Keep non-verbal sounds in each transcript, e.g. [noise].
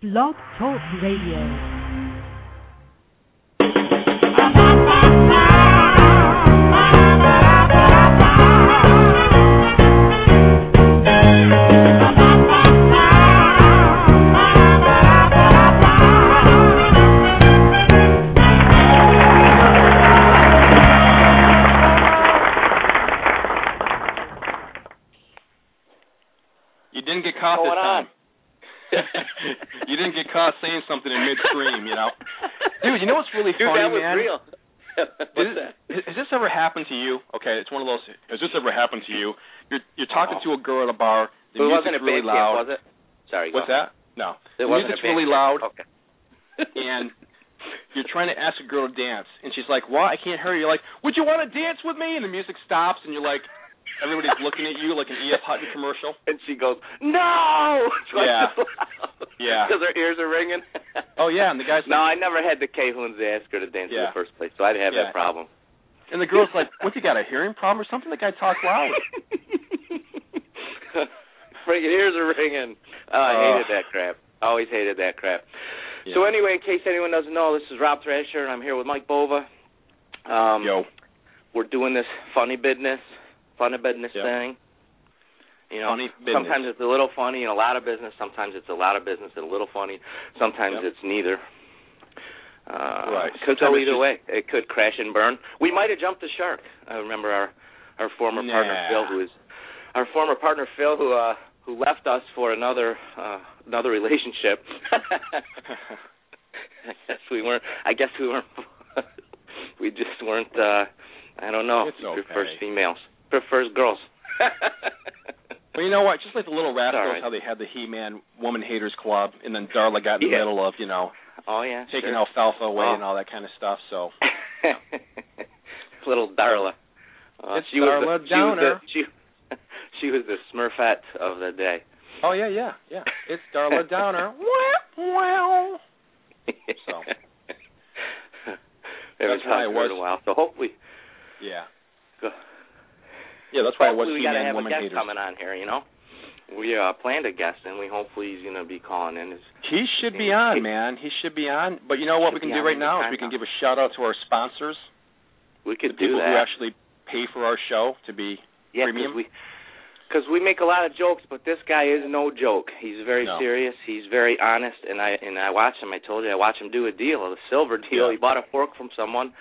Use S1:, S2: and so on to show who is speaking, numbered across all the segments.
S1: Blog Talk Radio.
S2: You didn't get caught
S3: What's
S2: this
S3: going
S2: time. [laughs]
S3: [laughs]
S2: you didn't get caught saying something in midstream, you know. Dude, you know what's really
S3: Dude,
S2: funny,
S3: that was
S2: man?
S3: real. [laughs] What's
S2: Is-
S3: that?
S2: Has has this ever happened to you? Okay, it's one of those. Has this ever happened to you? You're you're talking to a girl at a bar. The
S3: it
S2: music's
S3: wasn't a
S2: really
S3: band
S2: loud.
S3: camp, was it? Sorry. go
S2: What's
S3: on.
S2: that? No.
S3: It
S2: the
S3: wasn't
S2: music's
S3: a Oh. band
S2: really
S3: camp.
S2: loud,
S3: Okay.
S2: and you're trying to ask a girl to dance, and she's like, "Why? I can't hear you." You're like, "Would you want to dance with me?" And the music stops, and you're like, everybody's looking at you like an EF Hutton commercial.
S3: [laughs] and she goes, "No!" [laughs] It's like
S2: Yeah.
S3: so loud.
S2: Yeah.
S3: Because her ears are ringing.
S2: Oh yeah, and the guy's
S3: [laughs] No,
S2: like,
S3: I never had the Cajuns ask her to dance in
S2: Yeah.
S3: the first place, so I didn't have
S2: Yeah.
S3: that problem.
S2: and the girl's like, "What? You got a hearing problem or something?" The guy talks loud.
S3: [laughs] Freaking ears are ringing. Oh, I
S2: Ugh.
S3: hated that crap. I always hated that crap. So anyway, in case anyone doesn't know, this is Rob Thrasher, and I'm here with Mike Bova. Um,
S2: Yo.
S3: [laughs] We're doing this funny business, funny business
S2: Yeah.
S3: thing. You know,
S2: Funny business.
S3: sometimes it's a little funny and a lot of business. Sometimes it's a lot of business and a little funny. Sometimes
S2: Yep.
S3: it's neither. Uh,
S2: Right.
S3: Could
S2: Sometimes
S3: go
S2: it's
S3: either
S2: just-
S3: way. It could crash and burn. We might have jumped the shark. I remember our our former partner
S2: Nah.
S3: Phil, who is our former partner Phil, who uh, who left us for another uh, another relationship.
S2: [laughs]
S3: I guess we weren't. I guess we weren't. [laughs] we just weren't. uh I don't know.
S2: It's
S3: He prefers
S2: okay.
S3: females. Prefers
S2: [laughs]
S3: girls.
S2: Well, you know what? Just like the little rascals,
S3: alright.
S2: how they had the He-Man Woman Haters Club, and then Darla got in the
S3: Yeah.
S2: middle of you know
S3: oh yeah.
S2: taking
S3: sure.
S2: alfalfa away
S3: Oh.
S2: and all that kind of stuff. So
S3: [laughs] Little Darla. Uh,
S2: It's
S3: she
S2: Darla
S3: was the,
S2: Downer.
S3: She [laughs] was the, she, she was the Smurfette of the day.
S2: Oh yeah, yeah, yeah. It's
S3: [laughs]
S2: Darla Downer. wow.
S3: [laughs]
S2: So.
S3: Every
S2: That's how I
S3: time
S2: was.
S3: in a while. So hopefully,
S2: Yeah.
S3: go-
S2: Yeah, that's why I was
S3: hopefully we
S2: He-Man
S3: gotta have a
S2: Woman
S3: guest
S2: Haters.
S3: coming on here. You know, we uh, planned a guest, and we hopefully he's gonna be calling in. It's
S2: He should be on, man. He should be on. But you know what we
S3: Should
S2: can do
S3: be
S2: right
S3: on any
S2: now is
S3: time
S2: we can
S3: now.
S2: give a shout out to our sponsors,
S3: We
S2: the
S3: could do
S2: people who
S3: that.
S2: actually pay for our show to be.
S3: Yeah,
S2: premium?
S3: because we, cause we make a lot of jokes, but this guy is no joke. He's very
S2: No.
S3: serious. He's very honest, and I and I watch him. I told you I watch him do a deal, a silver deal.
S2: Yeah.
S3: He bought a fork from someone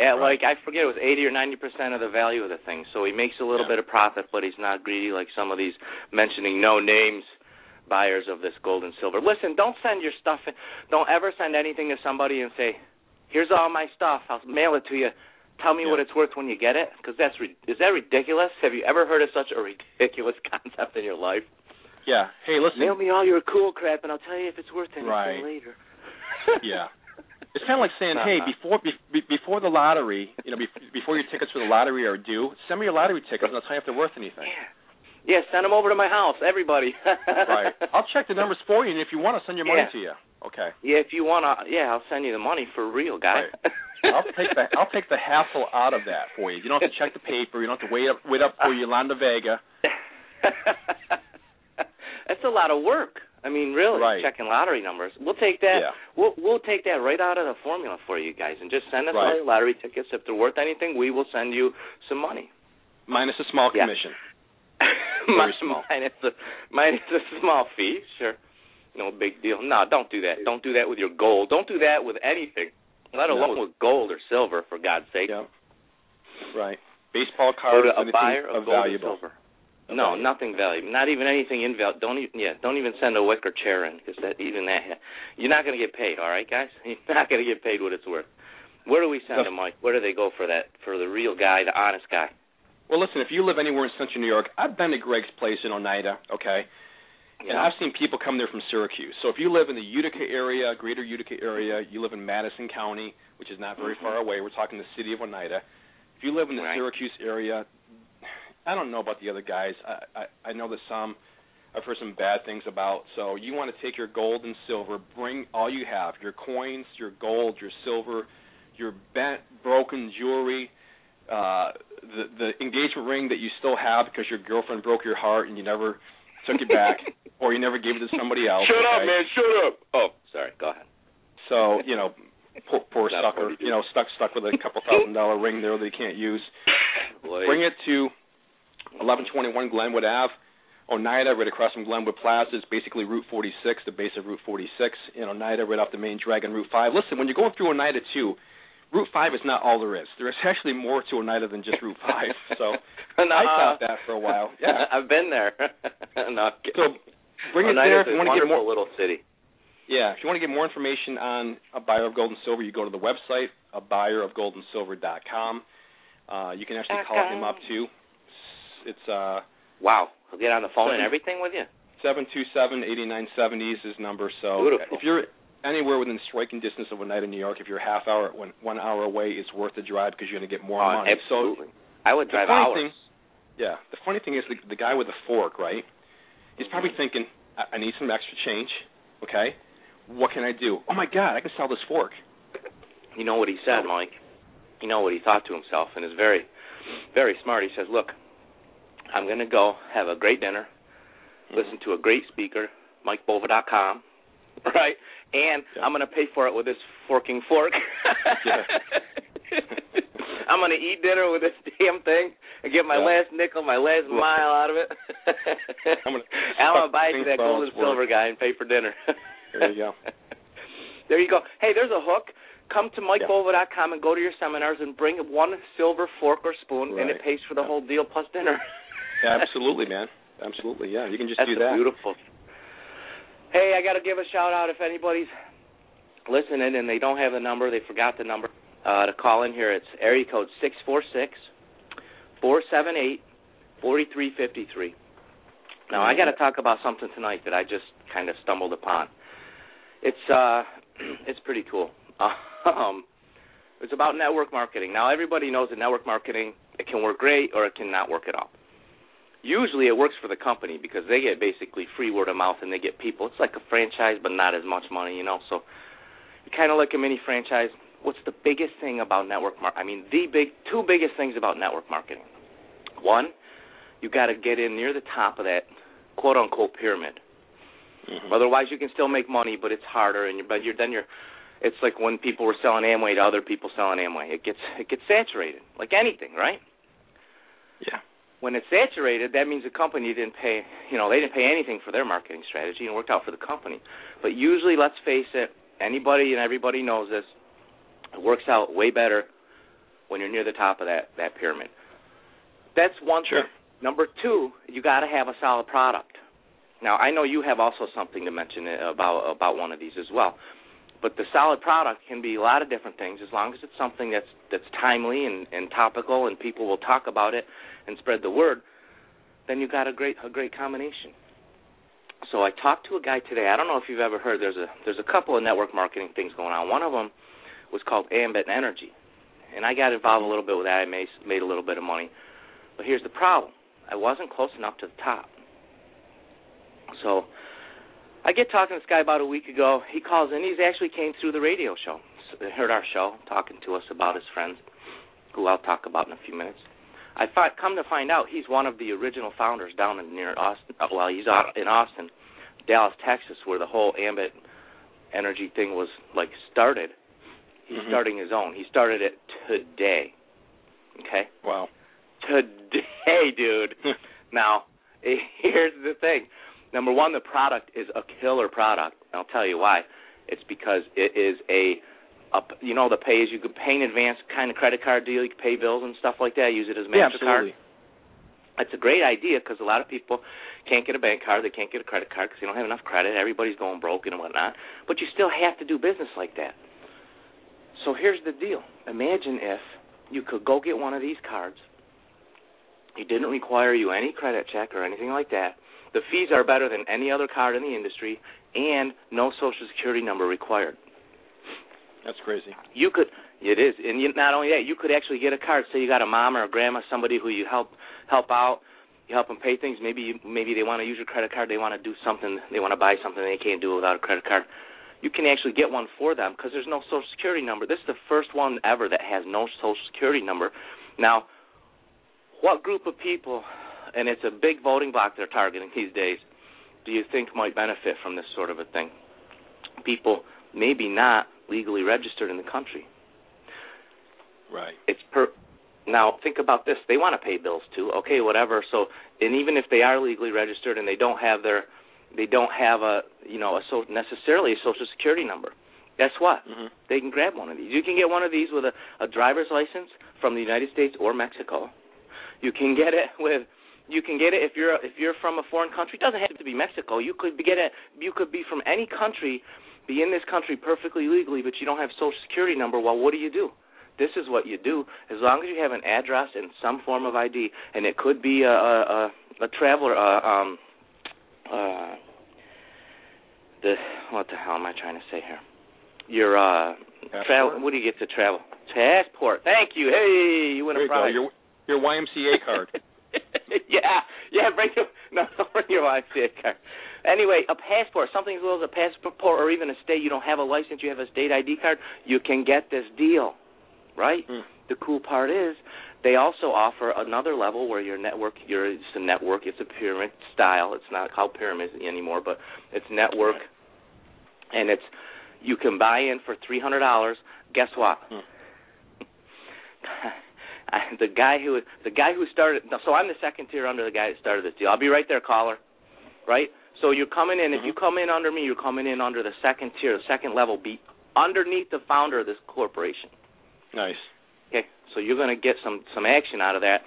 S3: at
S2: Right.
S3: like I forget it was eighty or ninety percent of the value of the thing. So he makes a little
S2: Yeah.
S3: bit of profit, but he's not greedy like some of these mentioning no names buyers of this gold and silver. Listen, don't send your stuff. In, don't ever send anything to somebody and say, "Here's all my stuff. I'll mail it to you. Tell me
S2: Yeah.
S3: what it's worth when you get it." Because that's ri- is that ridiculous? Have you ever heard of such a ridiculous [laughs] concept in your life?
S2: Yeah. Hey, listen.
S3: Mail me all your cool crap, and I'll tell you if it's worth anything
S2: Right.
S3: later.
S2: [laughs] Yeah. It's kind of like saying,
S3: Uh-huh.
S2: hey, before be, be- before the lottery, you know, bef- before your tickets for the lottery are due, send me your lottery tickets and I'll tell you if they're worth anything.
S3: Yeah. Yeah, send them over to my house, everybody. [laughs]
S2: Right. I'll check the numbers for you, and if you want, I'll send your money
S3: Yeah.
S2: to you. Okay.
S3: Yeah, if you wanna, yeah, I'll send you the money for real, guy.
S2: I'll take the I'll take the hassle out of that for you. You don't have to check the paper. You don't have to wait up wait up for Yolanda Vega.
S3: [laughs] That's a lot of work. I mean, really,
S2: Right.
S3: checking lottery numbers. We'll take that.
S2: Yeah.
S3: We'll we'll take that right out of the formula for you guys, and just send us
S2: Right.
S3: all your lottery tickets. If they're worth anything, we will send you some money.
S2: Minus a small
S3: Yeah.
S2: commission.
S3: [laughs] Min-
S2: small.
S3: Minus a minus a small fee, sure. No big deal. No, don't do that. Don't do that with your gold. Don't do that with anything. Let
S2: No.
S3: alone with gold or silver, for God's sake.
S2: Yeah. Right. Baseball
S3: Go
S2: cards,
S3: to a
S2: anything
S3: buyer
S2: of
S3: of gold or
S2: valuable.
S3: silver. No,
S2: Okay.
S3: nothing valuable. Not even anything invaluable. Don't even yeah. Don't even send a wicker chair in because that even that you're not going to get paid. All right, guys, [laughs] you're not going to get paid what it's worth. Where do we send
S2: No.
S3: them, Mike? Where do they go for that? For the real guy, the honest guy.
S2: Well, listen, if you live anywhere in central New York, I've been to Greg's place in Oneida, okay?
S3: You
S2: And
S3: know?
S2: I've seen people come there from Syracuse. So if you live in the Utica area, greater Utica area, you live in Madison County, which is not very far away. We're talking the city of Oneida. If you live in the
S3: Right.
S2: Syracuse area, I don't know about the other guys. I, I I know that some I've heard some bad things about. So you want to take your gold and silver, bring all you have, your coins, your gold, your silver, your bent broken jewelry, uh the the engagement ring that you still have because your girlfriend broke your heart and you never took it
S3: [laughs]
S2: back, or you never gave it to somebody else.
S3: Shut up,
S2: okay?
S3: man. Shut up. Oh, sorry. Go ahead.
S2: So you know, poor, poor
S3: Not
S2: sucker.
S3: forty-two.
S2: You know, stuck stuck with a couple thousand dollar ring there that he can't use. Bring it to 1121 Glenwood Ave, Oneida, right across from Glenwood Plaza. It's basically Route 46, the base of Route 46, and Oneida right off the main drag on Route 5. Listen, when you're going through Oneida too, Route 5 is not all there is. There is actually more to Oneida than just Route 5.
S3: [laughs]
S2: So I thought that for a while. Yeah.
S3: I've been there. [laughs] no,
S2: So bring it there if you want to get more.
S3: little city.
S2: Yeah, if you want to get more information on a buyer of gold and silver, you go to the website, a buyer of gold and silver dot com. Uh, you can actually
S3: Dot
S2: call
S3: com.
S2: him up too. It's uh
S3: Wow. I'll get on the phone and
S2: So-
S3: everything with you.
S2: seven two seven eighty nine seventy is his number. So
S3: Beautiful.
S2: if you're anywhere within striking distance of Oneida, New York, if you're half hour one, one hour away, it's worth the drive because you're going to get more
S3: Oh,
S2: money.
S3: absolutely. I would
S2: So
S3: drive
S2: the funny
S3: hours.
S2: thing, yeah, the funny thing is the, the guy with the fork, right? He's probably thinking, I, I need some extra change. Okay, what can I do? Oh my God, I can sell this fork.
S3: You know what he said, Mike? You know what he thought to himself, and is very, very smart. He says, "Look, I'm going to go have a great dinner,
S2: Mm-hmm.
S3: listen to a great speaker, MikeBova.com, [laughs] right? And
S2: Yeah.
S3: I'm going to pay for it with this forking fork. [laughs]
S2: Yeah.
S3: I'm going to eat dinner with this damn thing and get my
S2: Yeah.
S3: last nickel, my last
S2: Right.
S3: mile out of it.
S2: I'm
S3: [laughs]
S2: gonna
S3: And I'm going to
S2: suck
S3: buy
S2: things
S3: into that
S2: while
S3: gold and
S2: it's
S3: silver guy and pay for dinner.
S2: There you go.
S3: [laughs] There you go. Hey, there's a hook. Come to
S2: Yeah.
S3: MikeBova.com and go to your seminars and bring one silver fork or spoon, and it
S2: Right.
S3: pays for the
S2: Yeah.
S3: whole deal plus dinner.
S2: Yeah, absolutely, man. Absolutely, yeah. You can just
S3: That's
S2: do
S3: a
S2: that.
S3: beautiful. Hey, I got to give a shout out if anybody's listening and they don't have the number, they forgot the number uh, to call in here. It's area code six four six four seven eight forty three fifty three. Now I got to talk about something tonight that I just kind of stumbled upon. It's uh, [clears throat] it's pretty cool. [laughs] Um, it's about network marketing. Now everybody knows that network marketing it can work great or it can not work at all. Usually it works for the company because they get basically free word of mouth and they get people. It's like a franchise but not as much money, you know. So you kind of like a mini franchise. What's the biggest thing about network mar- I mean the big two biggest things about network marketing. One, you got to get in near the top of that quote unquote pyramid.
S2: Mhm.
S3: Otherwise, you can still make money, but it's harder, and you're, but you're then you're. It's like when people were selling Amway to other people selling Amway. It gets it gets saturated, like anything, right?
S2: yeah.
S3: When it's saturated, that means the company didn't pay. You know, they didn't pay anything for their marketing strategy, and it worked out for the company. But usually, let's face it, anybody and everybody knows this. It works out way better when you're near the top of that that pyramid. That's one
S2: Sure.
S3: thing. Number two, you got to have a solid product. Now, I know you have also something to mention about about one of these as well. But the solid product can be a lot of different things as long as it's something that's that's timely and, and topical and people will talk about it and spread the word. Then you got a great a great combination. So I talked to a guy today. I don't know if you've ever heard. There's a there's a couple of network marketing things going on. One of them was called Ambit Energy, and I got involved a little bit with that. I made made a little bit of money, but here's the problem: I wasn't close enough to the top. So I get talking to this guy about a week ago. He calls in. He's actually came through the radio show, s- heard our show, talking to us about his friends, who I'll talk about in a few minutes. I fi- come to find out he's one of the original founders down in near Austin. uh, Well, he's out in Austin, Dallas, Texas, where the whole ambit energy thing was like started. He's
S2: Mhm.
S3: starting his own. He started it today. Okay,
S2: Wow.
S3: today, [laughs] dude.
S2: Hmm.
S3: Now, [laughs] here's the thing. Number one, the product is a killer product. and I'll tell you why. It's because it is a, a you know, the pay as you could pay in advance kind of credit card deal. You can pay bills and stuff like that. Use it as
S2: yeah,
S3: Mastercard.
S2: absolutely.
S3: It's a great idea because a lot of people can't get a bank card, they can't get a credit card because they don't have enough credit. Everybody's going broke and whatnot. But you still have to do business like that. So here's the deal: imagine if you could go get one of these cards. It didn't require you any credit check or anything like that. The fees are better than any other card in the industry, and no social security number required.
S2: That's crazy.
S3: You could. It is, and you, not only that, you could actually get a card. Say you got a mom or a grandma, somebody who you help help out. You help them pay things. Maybe you, maybe they want to use your credit card. They want to do something. They want to buy something they can't do without a credit card. You can actually get one for them because there's no social security number. This is the first one ever that has no social security number. Now, what group of people? And it's a big voting block they're targeting these days. do you think might benefit from this sort of a thing? People maybe not legally registered in the country.
S2: Right.
S3: It's per now think about this. They want to pay bills too. Okay, whatever. So and even if they are legally registered and they don't have their they don't have a you know a so necessarily a social security number. Guess what?
S2: Mm-hmm.
S3: They can grab one of these. You can get one of these with a, a driver's license from the United States or Mexico. You can get it with you can get it if you're if you're from a foreign country. It doesn't have to be Mexico. You could be get it. You could be from any country, be in this country perfectly legally, but you don't have social security number. Well, what do you do? This is what you do. As long as you have an address and some form of ID, and it could be a a, a, a traveler. Uh, um, uh, the what the hell am I trying to say here? Your uh,
S2: Passport?
S3: travel. What do you get to travel? Passport. Thank you. Hey, you win
S2: There
S3: a
S2: you go.
S3: prize.
S2: Your your YMCA card.
S3: [laughs] yeah, yeah, bring your [laughs] no, don't bring your YMCA card. Anyway, a passport, something as little as a passport or even a state. You don't have a license, you have a state ID card. You can get this deal, right?
S2: Mm.
S3: The cool part is they also offer another level where your network, your it's a network, it's a pyramid style. It's not called pyramid anymore, but it's network, and it's you can buy in for three hundred dollars. Guess what?
S2: Hmm.
S3: [laughs] I- the guy who the guy who started no, so I'm the second tier under the guy that started this deal. I'll be right there, caller. Right? So you're coming in. If you
S2: Mhm.
S3: come in under me, you're coming in under the second tier, the second level, be underneath the founder of this corporation.
S2: Nice.
S3: Okay, so you're going to get some some action out of that.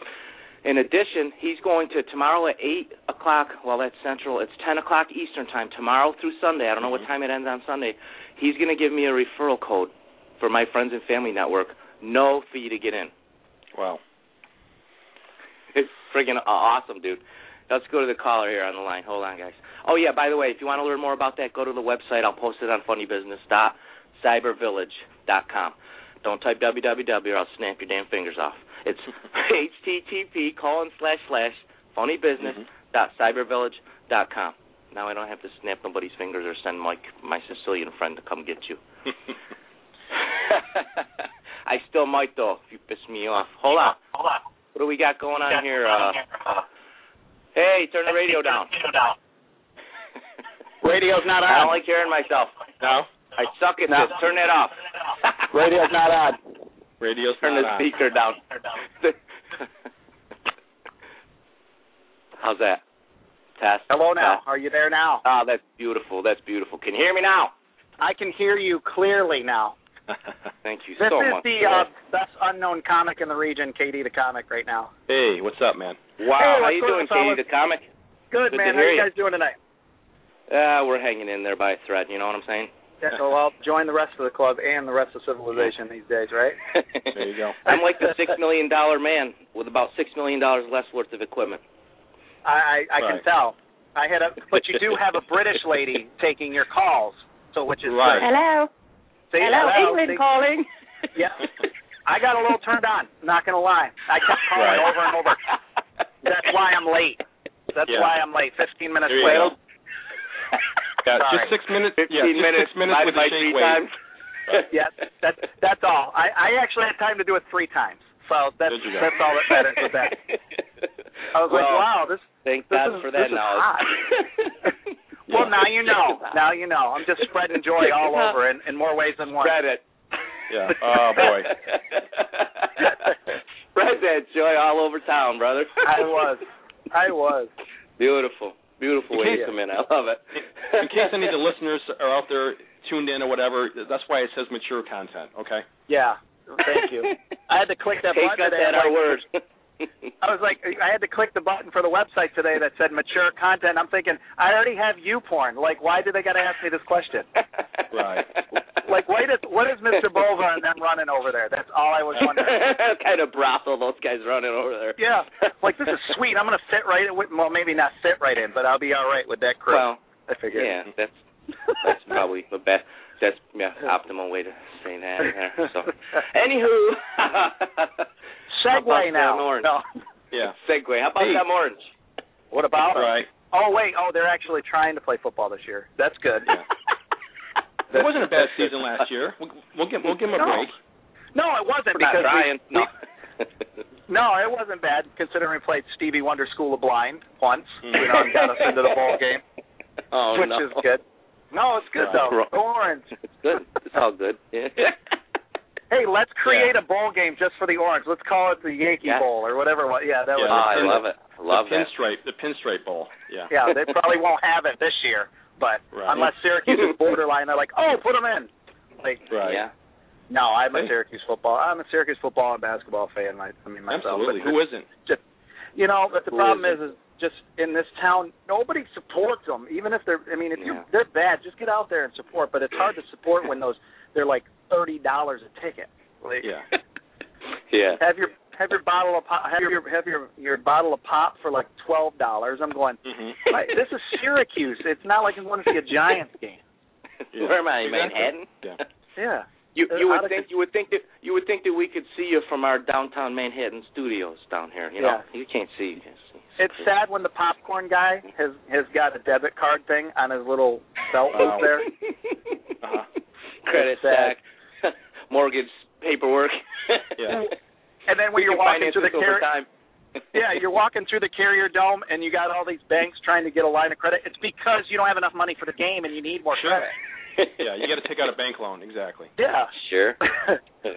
S3: In addition, he's going to tomorrow at eight o'clock. Well, that's central. It's ten o'clock Eastern time tomorrow through Sunday. I don't know what
S2: Mhm.
S3: time it ends on Sunday. He's going to give me a referral code for my friends and family network. No fee to get in. [laughs]
S4: [laughs]
S2: Wow.
S3: It's friggin' aw- awesome, dude. Let's go to the caller here on the line. Hold on, guys. Oh yeah, by the way, if you want to learn more about that, go to the website. I'll post it on funnybusiness.cybervillage.com. Don't type www or I'll snap your damn fingers off. It's http colon slash slash Mm-hmm. funnybusiness.cybervillage.com. Now I don't have to snap nobody's fingers or send my my Sicilian friend to come get you. [laughs]
S2: Mm-hmm. [laughs]
S3: I still might though if you piss me off. Hold on. Hold on. What do we got going on here? Uh, hey, turn the radio down. [laughs]
S4: Radio's not
S3: I don't
S4: on.
S3: like hearing myself.
S2: no.
S3: I suck at
S4: No.
S3: this. Turn that off.
S4: Radio's not on.
S2: Radio's
S3: Turn
S2: not
S3: the
S2: on.
S3: speaker down. How's that? Test.
S4: Hello now. Are you there now?
S3: Ah, that's beautiful. That's beautiful. Can you hear me now?
S4: I can hear you clearly now.
S3: Thank you
S4: This
S3: so
S4: is
S3: much.
S4: the
S3: sir.
S4: uh, best unknown comic in the region, Katie the comic, right now.
S2: [laughs] hey, what's up, man?
S3: wow.
S4: Hey,
S3: How
S4: what's
S3: you
S4: going
S3: doing,
S4: on, fellas?
S3: Katie the comic?
S4: Good,
S3: Good to
S4: man. How
S3: hear
S4: you
S3: you.
S4: guys doing tonight?
S3: Uh, we're hanging in there by a thread. You know what I'm
S4: [laughs]
S3: saying?
S4: Yeah, well, join the rest of the club and the rest of civilization these days,
S2: [laughs]
S4: right?
S2: There you go.
S3: [laughs] I'm like the six million dollar man with about six million dollars less worth of equipment.
S4: I I, I can
S2: Right.
S4: tell. I had a, but you do have
S2: [laughs]
S4: a British lady taking your calls, so which is
S2: Right.
S4: good.
S1: Hello.
S4: See,
S1: Hello, England
S4: see?
S1: calling.
S4: [laughs] Yeah, I got a little turned on. Not gonna lie, I kept calling
S2: Right.
S4: over and
S3: [laughs]
S4: over. That's why I'm late. That's
S2: Yeah.
S4: why I'm late. Fifteen minutes
S2: There you
S4: late.
S2: go. Yeah,
S4: Sorry.
S2: just six minutes.
S3: Fifteen
S2: yeah, just
S3: minutes.
S2: Six minutes
S3: my,
S2: with a
S3: my
S2: shake
S3: three
S2: weight.
S4: [laughs]
S3: times.
S4: Yeah, that's that's all. I I actually had time to do it three times, so that's
S2: There you go.
S4: that's all that matters with
S3: [laughs]
S4: that. I was
S3: well,
S4: like, wow, this.
S3: Thank
S4: this
S3: God
S4: is-
S3: for
S4: this
S3: that [laughs]
S4: is hot.
S3: knowledge.
S4: Well, now you
S3: Check
S4: know.
S3: it out.
S4: Now you know. I'm just spreading joy all over in, in more ways than one.
S3: Spread it.
S2: Yeah. Oh, boy.
S3: [laughs] Spread that joy all over town, brother.
S4: I was. I was.
S3: [laughs] Beautiful. Beautiful
S2: In
S3: way to
S2: case-
S3: come in. I love it.
S2: [laughs] In case any of the listeners are out there tuned in or whatever, that's why it says mature content. Okay.
S4: Yeah.
S3: [laughs]
S4: Thank you. I had to click that
S3: Take us
S4: button today.
S3: at our
S4: like,
S3: word.
S4: [laughs] I was like, I had to click the button for the website today that said mature content. I'm thinking, I already have you porn. Like, why do they got to ask me this question?
S2: Right.
S4: Like, what is what is Mr. Bova and them running over there? That's all I was wondering.
S3: [laughs] kind of brothel those guys running over there.
S4: Yeah. Like, this is sweet. I'm gonna fit right in. With, well, maybe not fit right in, but I'll be all right with that crew.
S3: Well,
S4: I figured. [laughs]
S3: yeah, that's that's probably the best. That's yeah, optimal way to say that. There.
S4: [laughs]
S3: So, anywho, How about
S4: Segway now.
S3: them orange?
S4: No.
S2: Yeah.
S3: [laughs] segue. How about
S2: Hey.
S3: them orange?
S4: [laughs] What about 'em?
S2: Right.
S4: Oh wait. Oh, they're actually trying to play football this year. That's good.
S2: Yeah. It
S4: That's-
S2: wasn't a bad
S4: that's good. [laughs]
S2: season last year. We'll, we'll give we'll give him a
S4: No.
S2: break.
S4: No, it wasn't
S3: We're
S4: because
S3: not
S4: we-
S3: trying.
S4: we-
S3: no.
S4: No, it wasn't bad considering we played Stevie Wonder School of Blind once. You know, and got us into the bowl game.
S3: Mm. [laughs] Oh
S4: Twitch
S3: no.
S4: is good. No, it's good though.
S3: Right.
S4: Go Orange.
S3: It's good. It's all
S4: [laughs]
S3: good. Yeah.
S4: Hey, let's create a bowl game just for the Orange. Let's call it the Yankee
S3: Yeah.
S4: Bowl or whatever. it was. Yeah, that
S3: Oh,
S2: Yeah.
S4: was.
S3: I love it. I Love
S2: the
S3: that.
S2: pinstripe, the pinstripe bowl. Yeah.
S4: Yeah, they probably won't have it this year, but
S2: Right.
S4: unless Syracuse is borderline, they're like, oh, put them in. Like,
S2: Right.
S3: Yeah. [laughs]
S4: no, I'm a
S2: Hey.
S4: Syracuse football. I'm a Syracuse football and basketball fan. I, I mean myself.
S2: Absolutely.
S4: But
S2: Who isn't?
S4: you know, but the
S3: Who
S4: problem
S3: isn't?
S4: is, is just in this town, nobody supports them. Even if they're, I mean, if you
S3: Yeah.
S4: they're bad, just get out there and support. But it's hard to support when those they're like thirty dollars a ticket. Like, [laughs]
S2: Yeah.
S3: Yeah.
S4: Have your have your bottle of pop, have your have your your bottle of pop for like twelve dollars. I'm going.
S2: hmm
S4: "Right, this is Syracuse. It's not like I'm going to see a Giants game.
S2: Yeah.
S3: [laughs] Where am I?
S2: Exactly.
S3: Manhattan.
S2: Yeah.
S4: Yeah.
S3: You
S4: They're
S3: you
S4: Uh, out
S3: would
S4: of
S3: think you would think that you would think that we could see you from our downtown Manhattan studios down here. You know you can't see. You can't see.
S4: It's sad when the popcorn guy has has got a debit card thing on his little belt
S2: Wow.
S4: loop there.
S2: Uh-huh.
S3: Credit
S4: It's sad.
S3: sack, [laughs] mortgage paperwork. [laughs]
S2: Yeah.
S4: And then
S3: We
S4: when you're
S3: can
S4: walking
S3: finance
S4: through the
S3: this over
S4: carrier
S3: time.
S4: [laughs] Yeah, you're walking through the carrier dome and you got all these banks trying to get a line of credit. It's because you don't have enough money for the game and you need more
S2: Sure.
S4: credit.
S3: [laughs]
S2: Yeah. You got to take out a bank loan. Exactly.
S4: Yeah. [laughs]
S3: Sure.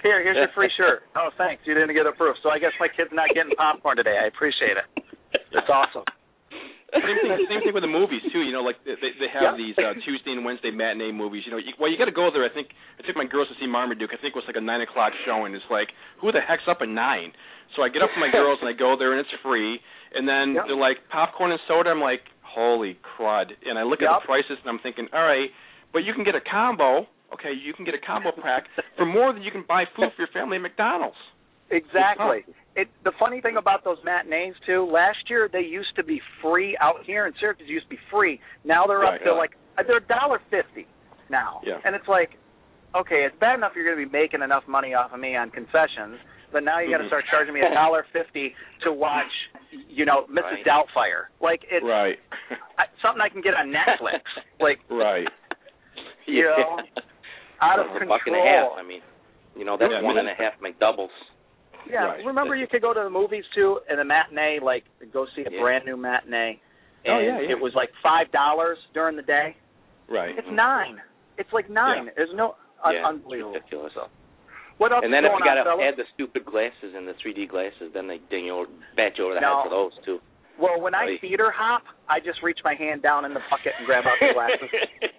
S4: Here, here's your free
S3: [laughs]
S4: shirt. Oh, thanks. You didn't get approved. So I guess my kid's not getting popcorn today. I appreciate it. It's awesome.
S2: Same thing. Same
S3: [laughs]
S2: thing with the movies too. You know, like they they they have
S4: Yeah.
S2: these uh, Tuesday and Wednesday matinee movies. You know, you, well, you got to go there. I think I took my girls to see Marmaduke. I think it was like a nine o'clock show, and it's like, who the heck's up at nine? So I get up with my girls and I go there, and it's free. And then
S4: Yeah.
S2: they're like popcorn and soda. I'm like, holy crud! And I look at
S4: Yup.
S2: the prices and I'm thinking, all right, but you can get a combo. Okay, you can get a combo pack for more than you can buy food for your family at McDonald's.
S4: Exactly. It the funny thing about those matinees too, last year they used to be free out here in Syracuse used to be free. Now they're
S2: Right,
S4: up to
S2: yeah.
S4: like they're a dollar fifty now.
S2: Yeah.
S4: And it's like, okay, it's bad enough you're gonna be making enough money off of me on concessions, but now you
S3: Mm-hmm.
S4: gotta
S2: Mhm.
S4: start charging me a dollar fifty to watch you know, Mrs.
S3: Right.
S4: Doubtfire. Like it's
S2: Right. [laughs]
S4: I, something I can get
S3: [laughs]
S4: on Netflix. like
S2: right.
S4: you know, out of
S3: For a
S4: control.
S3: buck and a half. I mean, you know that's
S2: Yeah, I
S3: one
S2: mean, Oh,
S3: and a half McDoubles.
S4: Yeah,
S2: Right.
S4: remember you could go to the movies too, and the matinee, like go see a
S3: Yeah.
S4: brand new matinee, and
S2: Oh, yeah, yeah.
S4: it was like five dollars during the day.
S2: Right.
S4: [laughs] It's nine. It's like nine.
S2: Yeah.
S4: There's no un-
S3: yeah,
S4: unbelievable.
S3: Ridiculous.
S4: What else
S3: And
S4: is
S3: then if
S4: going
S3: you got
S4: on,
S3: to
S4: fellas?
S3: add the stupid glasses and the 3D glasses, then they ding you over, bat you over the head
S4: No.
S3: for those too.
S4: Well, when I
S3: Oy.
S4: theater hop, I just reach my hand down in the bucket and grab out the
S3: [laughs]
S4: glasses.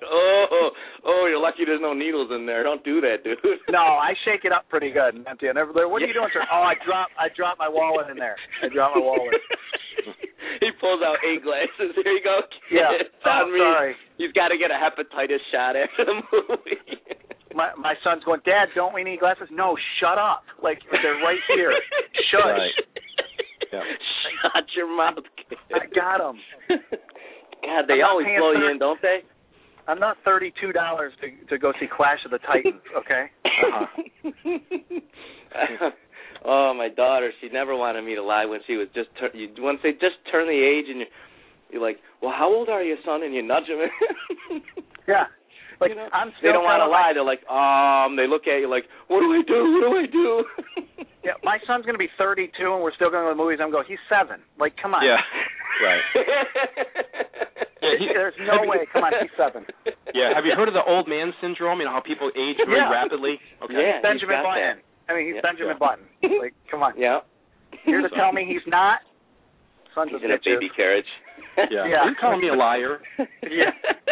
S3: oh, oh, you're lucky there's no needles in there. Don't do that, dude.
S4: No, I shake it up pretty good and empty. And everybody, what are you doing, sir? Oh, I dropped, I dropped my wallet in there. I dropped my wallet.
S3: [laughs] he pulls out eight glasses. Here you go. kid.
S4: Yeah,
S3: [laughs] It's
S4: oh,
S3: on me.
S4: sorry.
S3: He's got to get a hepatitis shot after the movie.
S4: My my son's going, Dad, don't we need glasses? No, shut up. Like [laughs] they're right here. Shush.
S3: [laughs]
S2: Right. Yeah.
S3: Shut your mouth. Kid.
S4: I got 'em.
S3: [laughs] God, they
S4: I'm not
S3: always
S4: paying
S3: blow you
S4: thirty-
S3: in, don't they?
S4: I'm not thirty-two dollars to to go see Clash of the Titans. Okay.
S3: Uh-huh. [laughs] oh, my daughter, she never wanted me to lie when she was just tur- you once they just turn the age and you're, you're like, well, how old are you, son? And you nudge them. [laughs]
S4: Yeah.
S3: You
S4: Like
S3: know,
S4: I'm
S3: they
S4: still
S3: don't want to
S4: kinda like-
S3: lie. They're like, um, they look at you like, what do I do? What do I do?
S4: Yeah, my son's gonna be thirty-two, and we're still going to the movies. I'm going. He's seven. Like, come on.
S2: Yeah.
S3: [laughs]
S2: Right. Yeah, he-
S4: There's no
S2: have you-
S4: way. Come on, he's seven.
S2: [laughs] Yeah, have you heard of the old man syndrome? You know how people age very
S4: Yeah.
S2: rapidly.
S3: [laughs]
S2: Okay.
S3: Yeah,
S4: Benjamin
S3: he's got
S4: Button. I mean, he's
S3: Yeah,
S4: Benjamin
S2: yeah.
S4: Button. Like, come on.
S3: that. [laughs] Yeah.
S4: You're to tell me he's not. Sons
S3: He's
S4: of
S3: in a
S4: bitches.
S3: baby carriage.
S2: [laughs] Yeah.
S4: Yeah.
S2: You're calling me a liar.
S4: [laughs] Yeah.
S3: [laughs]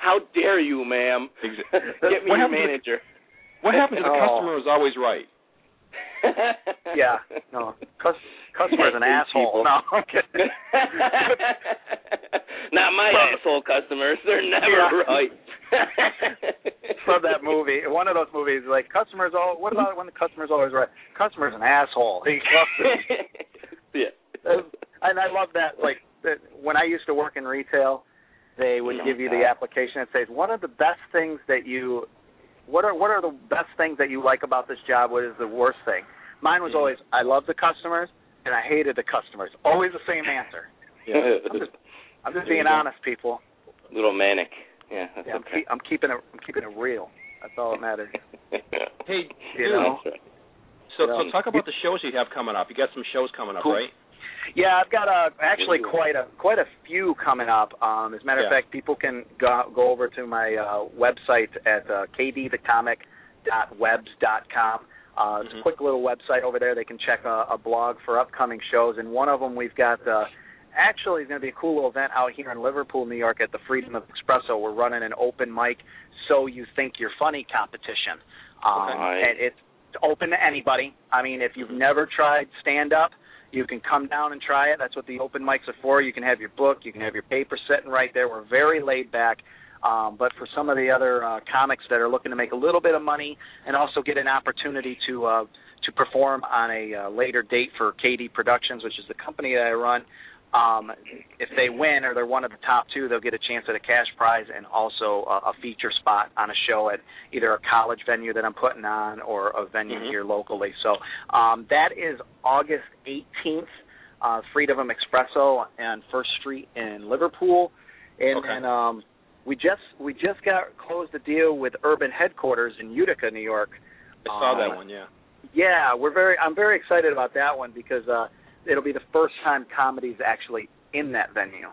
S3: How dare you, ma'am?
S2: Exa-
S3: Get me
S2: What
S3: your
S2: happened to-
S3: manager.
S2: What happened to the
S4: Oh.
S2: customer is always right.
S3: [laughs]
S4: Yeah. No. Cus- customer's an
S3: These
S4: asshole.
S3: people.
S4: No, I'm kidding. [laughs]
S3: Not my
S4: From-
S3: asshole customers. They're never
S4: Yeah.
S3: right.
S4: [laughs] from that movie, one of those movies, like customers all. What about when the customer's always right? Customer's an asshole. [laughs] He loves it.
S3: [laughs] yeah.
S4: Uh, and I love that. Like that, when I used to work in retail, they would give you the
S3: Yeah.
S4: application and says, "What are the best things that you? What are what are the best things that you like about this job? What is the worst thing?" Mine was
S3: Mhm.
S4: always, "I love the customers and I hated the customers." Always the same answer. I'm just, I'm just
S3: There you
S4: being
S3: go.
S4: honest, people.
S3: [laughs] Little manic. Yeah, that's
S4: Yeah, I'm,
S3: okay.
S4: [laughs] keep, I'm keeping it. I'm keeping it real. That's all that matters.
S3: [laughs]
S2: Hey,
S4: You
S2: dude,
S4: know.
S2: so so talk about the shows you have coming up. You got some shows coming up,
S4: Cool.
S2: right?
S4: Yeah, I've got uh, actually
S2: Anyway.
S4: quite a quite a few coming up. Um, as a matter of
S2: Yeah.
S4: fact, people can go, go over to my uh, website at uh, kdthecomic.webs.com. Uh, It's a
S2: Mhm.
S4: quick little website over there. They can check a, a blog for upcoming shows, and one of them we've got. Uh, Actually, it's going to be a cool little event out here in Liverpool, New York, at the Freedom of Espresso. We're running an open mic, so you think you're funny competition, um,
S3: Nice.
S4: and it's open to anybody. I mean, if you've never tried stand up, you can come down and try it. That's what the open mics are for. You can have your book, you can have your paper sitting right there. We're very laid back. Um, but for some of the other uh, comics that are looking to make a little bit of money and also get an opportunity to uh, to perform on a uh, later date for KD Productions, which is the company that I run, um, if they win or they're one of the top two, they'll get a chance at a cash prize and also a, a feature spot on a show at either a college venue that I'm putting on or a venue
S2: Mhm.
S4: here locally. So um, that is August 18th, uh, Freedom Espresso and First Street in Liverpool, and
S2: Okay.
S4: then um, we just we just got closed the deal with Urban Headquarters in Utica, New York.
S2: I saw
S4: Uh,
S2: that one. Yeah.
S4: Yeah, we're very. I'm very excited about that one because uh, it'll be the first time comedy's actually in that venue.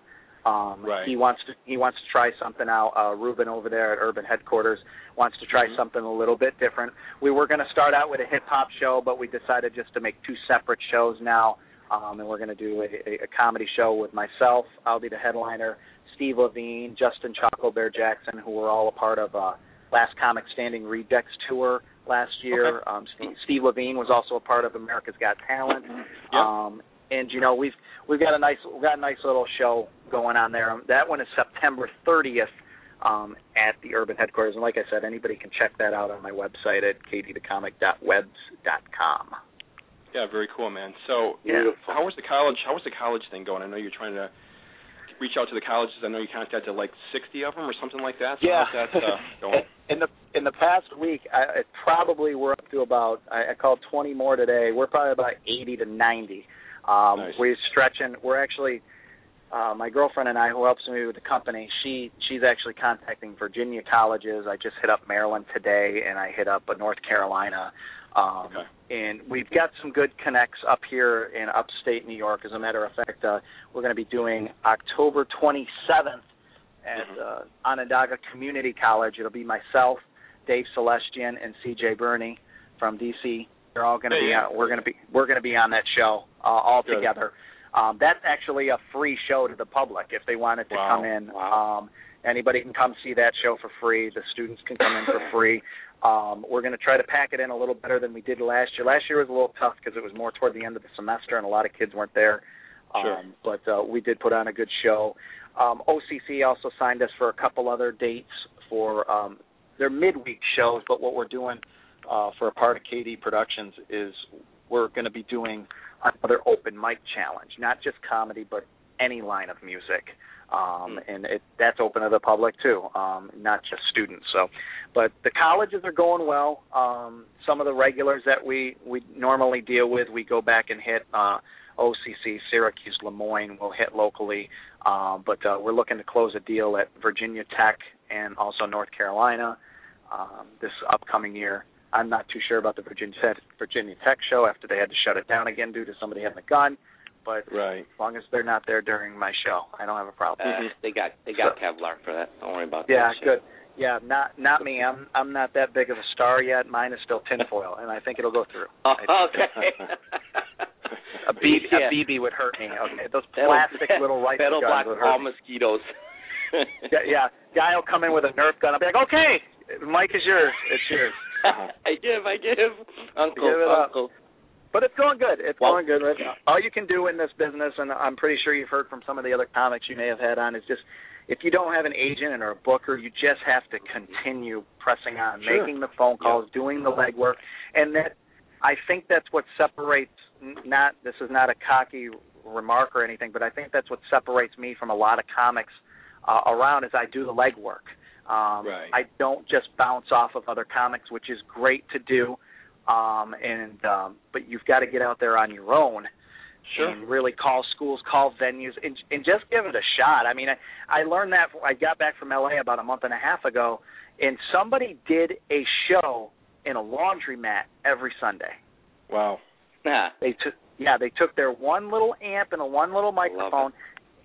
S4: Um,
S2: Right.
S4: He wants to. He wants to try something out. Uh, Ruben over there at Urban Headquarters wants to try
S2: Mhm.
S4: something a little bit different. We were going to start out with a hip hop show, but we decided just to make two separate shows now. Um, and we're going to do a, a, a comedy show with myself. I'll be the headliner. Steve Levine, Justin Choco Bear Jackson, who were all a part of uh, Last Comic Standing Rejects tour last year. Um, Steve, Steve Levine was also a part of America's Got Talent.
S2: Yeah.
S4: Um, and you know we've we've got a nice we've got a nice little show going on there. Um, That one is September 30th um, at the Urban Headquarters. And like I said, anybody can check that out on my website at kdthecomic.webs.com.
S2: Yeah. Very cool, man. So
S3: Beautiful.
S2: how was the college? How was the college thing going? I know you're trying to reach out to the colleges. I know you contacted like 60 of them or something like that. So
S4: Yeah.
S2: how's that
S4: [laughs]
S2: uh, going?
S4: in the in the past week, I, it probably we're up to about I, I called 20 more today. We're probably about 80 to 90. Um,
S2: Nice.
S4: We're stretching. We're actually uh, my girlfriend and I, who helps me with the company, she she's actually contacting Virginia colleges. I just hit up Maryland today, and I hit up uh, North Carolina. Um,
S2: Okay.
S4: and we've got some good connects up here in upstate New York. As a matter of fact, uh, we're going to be doing October 27th
S2: Mm-hmm.
S4: at uh, Onondaga Community College. It'll be myself, Dave Celestian, and C.J. Burney from D.C. They're all going to
S2: Yeah,
S4: be
S2: yeah.
S4: on, we're going to be we're going to be on that show uh, all
S2: Good.
S4: together. Um, that's actually a free show to the public if they wanted to
S2: Wow.
S4: come in. Um, anybody can come see that show for free. The students can come
S2: [laughs]
S4: in for free. Um, we're going to try to pack it in a little better than we did last year. Last year was a little tough because it was more toward the end of the semester and a lot of kids weren't there.
S2: Sure.
S4: Um, but uh, we did put on a good show. Um, OCC also signed us for a couple other dates for um, their midweek shows. But what we're doing uh, for a part of KD Productions is we're going to be doing another open mic challenge, not just comedy, but any line of music. Um, and it, that's open to the public too, um, not just students. So, but the colleges are going well. Um, some of the regulars that we we normally deal with, we go back and hit uh, OCC, Syracuse, Lemoyne. We'll hit locally, um, but uh, we're looking to close a deal at Virginia Tech and also North Carolina um, this upcoming year. I'm not too sure about the Virginia Tech, Virginia Tech show after they had to shut it down again due to somebody having a gun. But
S2: Right.
S4: as long as they're not there during my show, I don't have a problem.
S3: Uh,
S2: Mhm.
S3: they got they got Kevlar for that. Don't worry about
S4: Yeah,
S3: that. shit.
S4: good. Yeah, not not me. I'm I'm not that big of a star yet. Mine is still tinfoil, and I think it'll go through.
S3: Oh, [laughs]
S4: I-
S3: [laughs] okay.
S4: A BB,
S3: Yeah.
S4: a BB would hurt me. Okay, those
S3: That'll-
S4: plastic
S3: [laughs]
S4: little rifle
S3: That'll
S4: guns
S3: block
S4: would
S3: all
S4: hurt. me.
S3: mosquitoes. [laughs]
S4: Yeah, yeah, guy will come in with a Nerf gun. I'll be like, okay, Mike is yours. It's yours.
S3: [laughs] I give, I give. Uncle,
S4: Give it up.
S3: uncle. [laughs]
S4: But it's going good. It's
S3: Well-
S4: going good right now. All you can do in this business, and I'm pretty sure you've heard from some of the other comics you may have had on, is just if you don't have an agent or a booker, you just have to continue pressing on,
S2: Sure.
S4: making the phone calls, doing the legwork, and that I think that's what separates. n- Not this is not a cocky remark or anything, but I think that's what separates me from a lot of comics uh, around is I do the legwork. Um,
S2: Right.
S4: I don't just bounce off of other comics, which is great to do. Um, and um, but you've got to get out there on your own
S2: Sure.
S4: and really call schools, call venues, and and just give it a shot. I mean, I, I learned that I got back from LA about a month and a half ago, and somebody did a show in a laundromat every Sunday.
S2: Wow.
S3: Nah.
S4: They took Yeah, they took their one little amp and a one little microphone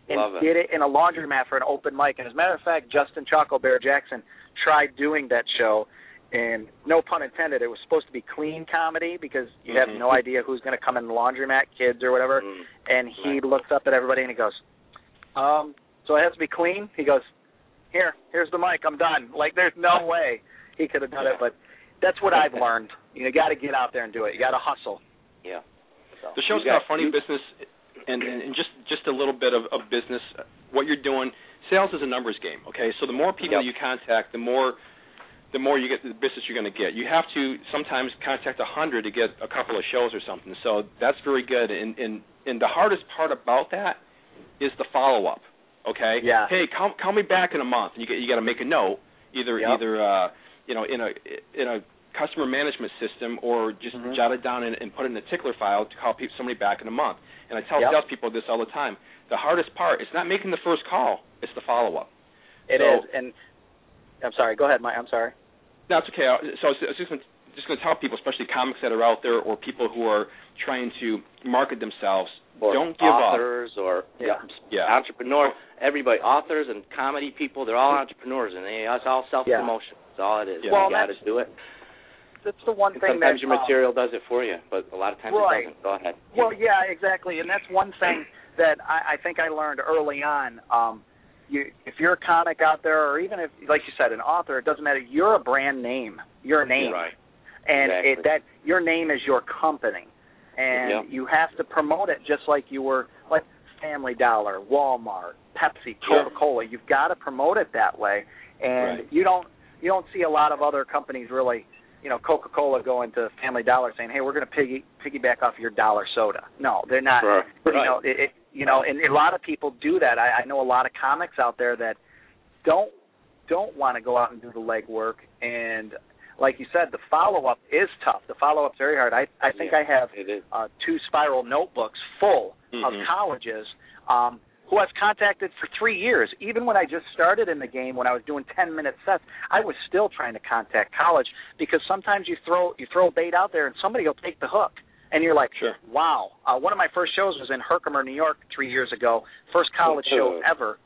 S4: and
S3: Love it.
S4: did it in a laundromat for an open mic. And as a matter of fact, Justin Choco Bear Jackson tried doing that show, and no pun intended, it was supposed to be clean comedy because you
S2: Mhm.
S3: Mm-hmm.
S4: have no idea who's going to come in the laundromat, kids or whatever.
S3: Mm.
S4: And he
S3: Right.
S4: looks up at everybody and he goes, um, "So it has to be clean." He goes, "Here, here's the mic. I'm done." Like there's no way he could have done it,
S3: Yeah.
S4: but that's
S3: [laughs]
S4: what I've learned. You got to get out there and do it. You got to hustle.
S3: Yeah.
S4: So.
S2: The show's
S3: You got-
S2: about funny
S3: you-
S2: business, and, and and just just a little bit of, of business. What you're doing, sales is a numbers game. Okay, so the more people
S3: Yep.
S2: you contact, the more the more you get the business you're going to get. You have to sometimes contact a hundred to get a couple of shows or something. So that's very good. And and and the hardest part about that is the follow up. Okay.
S4: Yeah.
S2: Hey, call call me back in a month. And you get you got to make a note either
S4: Yep.
S2: either uh you know in a in a customer management system or just
S4: Mhm.
S2: jot it down and, and put it in a tickler file to call peop somebody back in a month. And I tell
S4: Yep.
S2: salespeople this all the time. The hardest part is not making the first call; it's the follow up.
S4: It
S2: So-
S4: is, and I'm sorry. Go ahead, Mike. I'm sorry.
S2: That's okay. I- So I was I was just gonna, just going to tell people, especially comics that are out there or people who are trying to market themselves,
S3: Or
S2: don't give up.
S3: authors or
S4: Yeah.
S2: Yeah.
S3: entrepreneur. Everybody, authors and comedy people, they're all entrepreneurs, and they, it's all self promotion. That's all it is.
S2: Yeah.
S4: Well,
S3: you got to
S4: that's-
S3: do it.
S4: That's the one
S3: And
S4: thing
S3: sometimes
S4: that
S3: your
S4: um,
S3: material does it for you, but a lot of times
S4: Right.
S3: it doesn't. Go ahead.
S4: Well, yeah, exactly, and that's one thing that I, I think I learned early on. Um, you, if you're a comic out there, or even if, like you said, an author, it doesn't matter. You're a brand name. You're a name,
S3: Right.
S4: and it,
S3: exactly.
S4: that your name is your company, and
S3: Yep.
S4: you have to promote it just like you were like Family Dollar, Walmart, Pepsi,
S2: Sure.
S4: Coca Cola. You've got to promote it that way, and
S2: Right.
S4: you don't you don't see a lot of other companies really. You know, Coca Cola going to Family Dollar saying, "Hey, we're going to piggy piggyback off your dollar soda." No, they're not
S3: Right.
S4: you know it, it you know and a lot of people do that i i know a lot of comics out there that don't don't want to go out and do the legwork and like you said the follow up is tough the follow up's very hard i i think
S3: Yeah.
S4: i have
S3: [laughs] It is.
S4: uh two spiral notebooks full of
S3: Mm-hmm.
S2: Mhm.
S4: colleges um who I've contacted for three years. Even when I just started in the game, when I was doing ten minute sets, I was still trying to contact college because sometimes you throw you throw bait out there and somebody will take the hook, and you're like,
S2: Sure.
S4: wow. Uh, one of my first shows was in Herkimer, New York, three years ago. First college show
S3: Ooh.
S4: ever.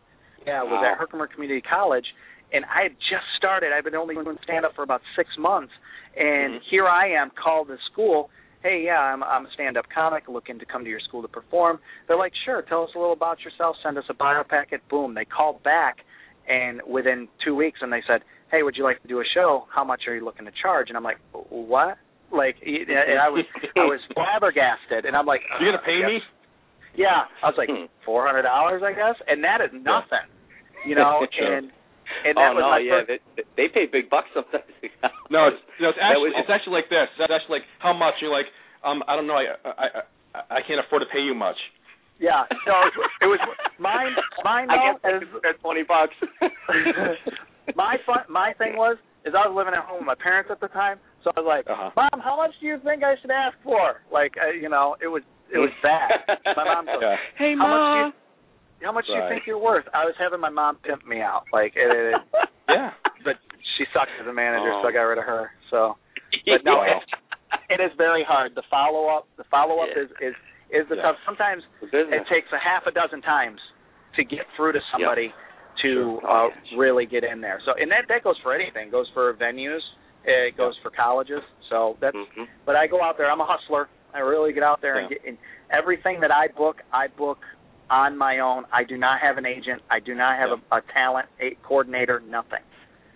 S4: Yeah, it was
S3: Wow.
S4: at Herkimer Community College, and I had just started. I've been only doing stand up for about six months, and
S2: Mhm.
S4: here I am called to school. Hey, yeah, I'm, I'm a stand-up comic looking to come to your school to perform. They're like, sure, tell us a little about yourself. Send us a bio packet. Boom. They called back, and within two weeks, and they said, hey, would you like to do a show? How much are you looking to charge? And I'm like, what? Like, y- and
S2: [laughs]
S4: I was I was flabbergasted, and I'm like,
S2: You're going to pay
S4: uh,
S2: me?
S4: Yeah, I was
S2: [laughs]
S4: like
S3: Hmm.
S4: four hundred dollars, I guess, and that is nothing, you know.
S2: [laughs] Sure.
S4: And and that
S3: oh
S4: was
S3: no,
S4: my
S3: yeah,
S4: first,
S3: they, they pay big bucks sometimes. [laughs]
S2: No, it's, no, it's
S3: That
S2: actually
S3: was-
S2: it's actually like this. It's actually like how much? You're like, um, I don't know. I I I, I can't afford to pay you much.
S4: yeah. So it was mine. Mine
S3: [laughs] I guess
S4: though
S3: I
S4: is
S3: could spend twenty bucks.
S4: [laughs]
S3: [laughs]
S4: my fun, my thing was is I was living at home with my parents at the time, so I was like,
S2: Uh-huh.
S4: Mom, how much do you think I should ask for? Like, uh, you know, it was it
S2: [laughs]
S4: was bad. [laughs] My mom goes,
S2: Yeah.
S3: Hey,
S4: How
S3: Ma.
S4: much do you, how much do you
S2: Right.
S4: think you're worth? I was having my mom pimp me out, like, it, it, [laughs] it,
S2: Yeah.
S4: but she sucked as a manager,
S3: Oh.
S4: so I got rid of her. So But no,
S2: Wow.
S4: it is very hard. The follow up, the follow up
S3: Yeah.
S4: is is is the
S2: Yeah.
S4: tough. Sometimes it
S3: business.
S4: takes a half a dozen times to get through to somebody to
S3: Sure. Oh,
S4: uh,
S3: yeah.
S4: really get in there. So and that that goes for anything. It goes for venues. It goes for colleges. So that's.
S3: Mhm.
S4: But I go out there. I'm a hustler. I really get out there and
S2: Yeah.
S4: get and everything that I book. I book on my own. I do not have an agent. I do not have a, a talent a coordinator. Nothing.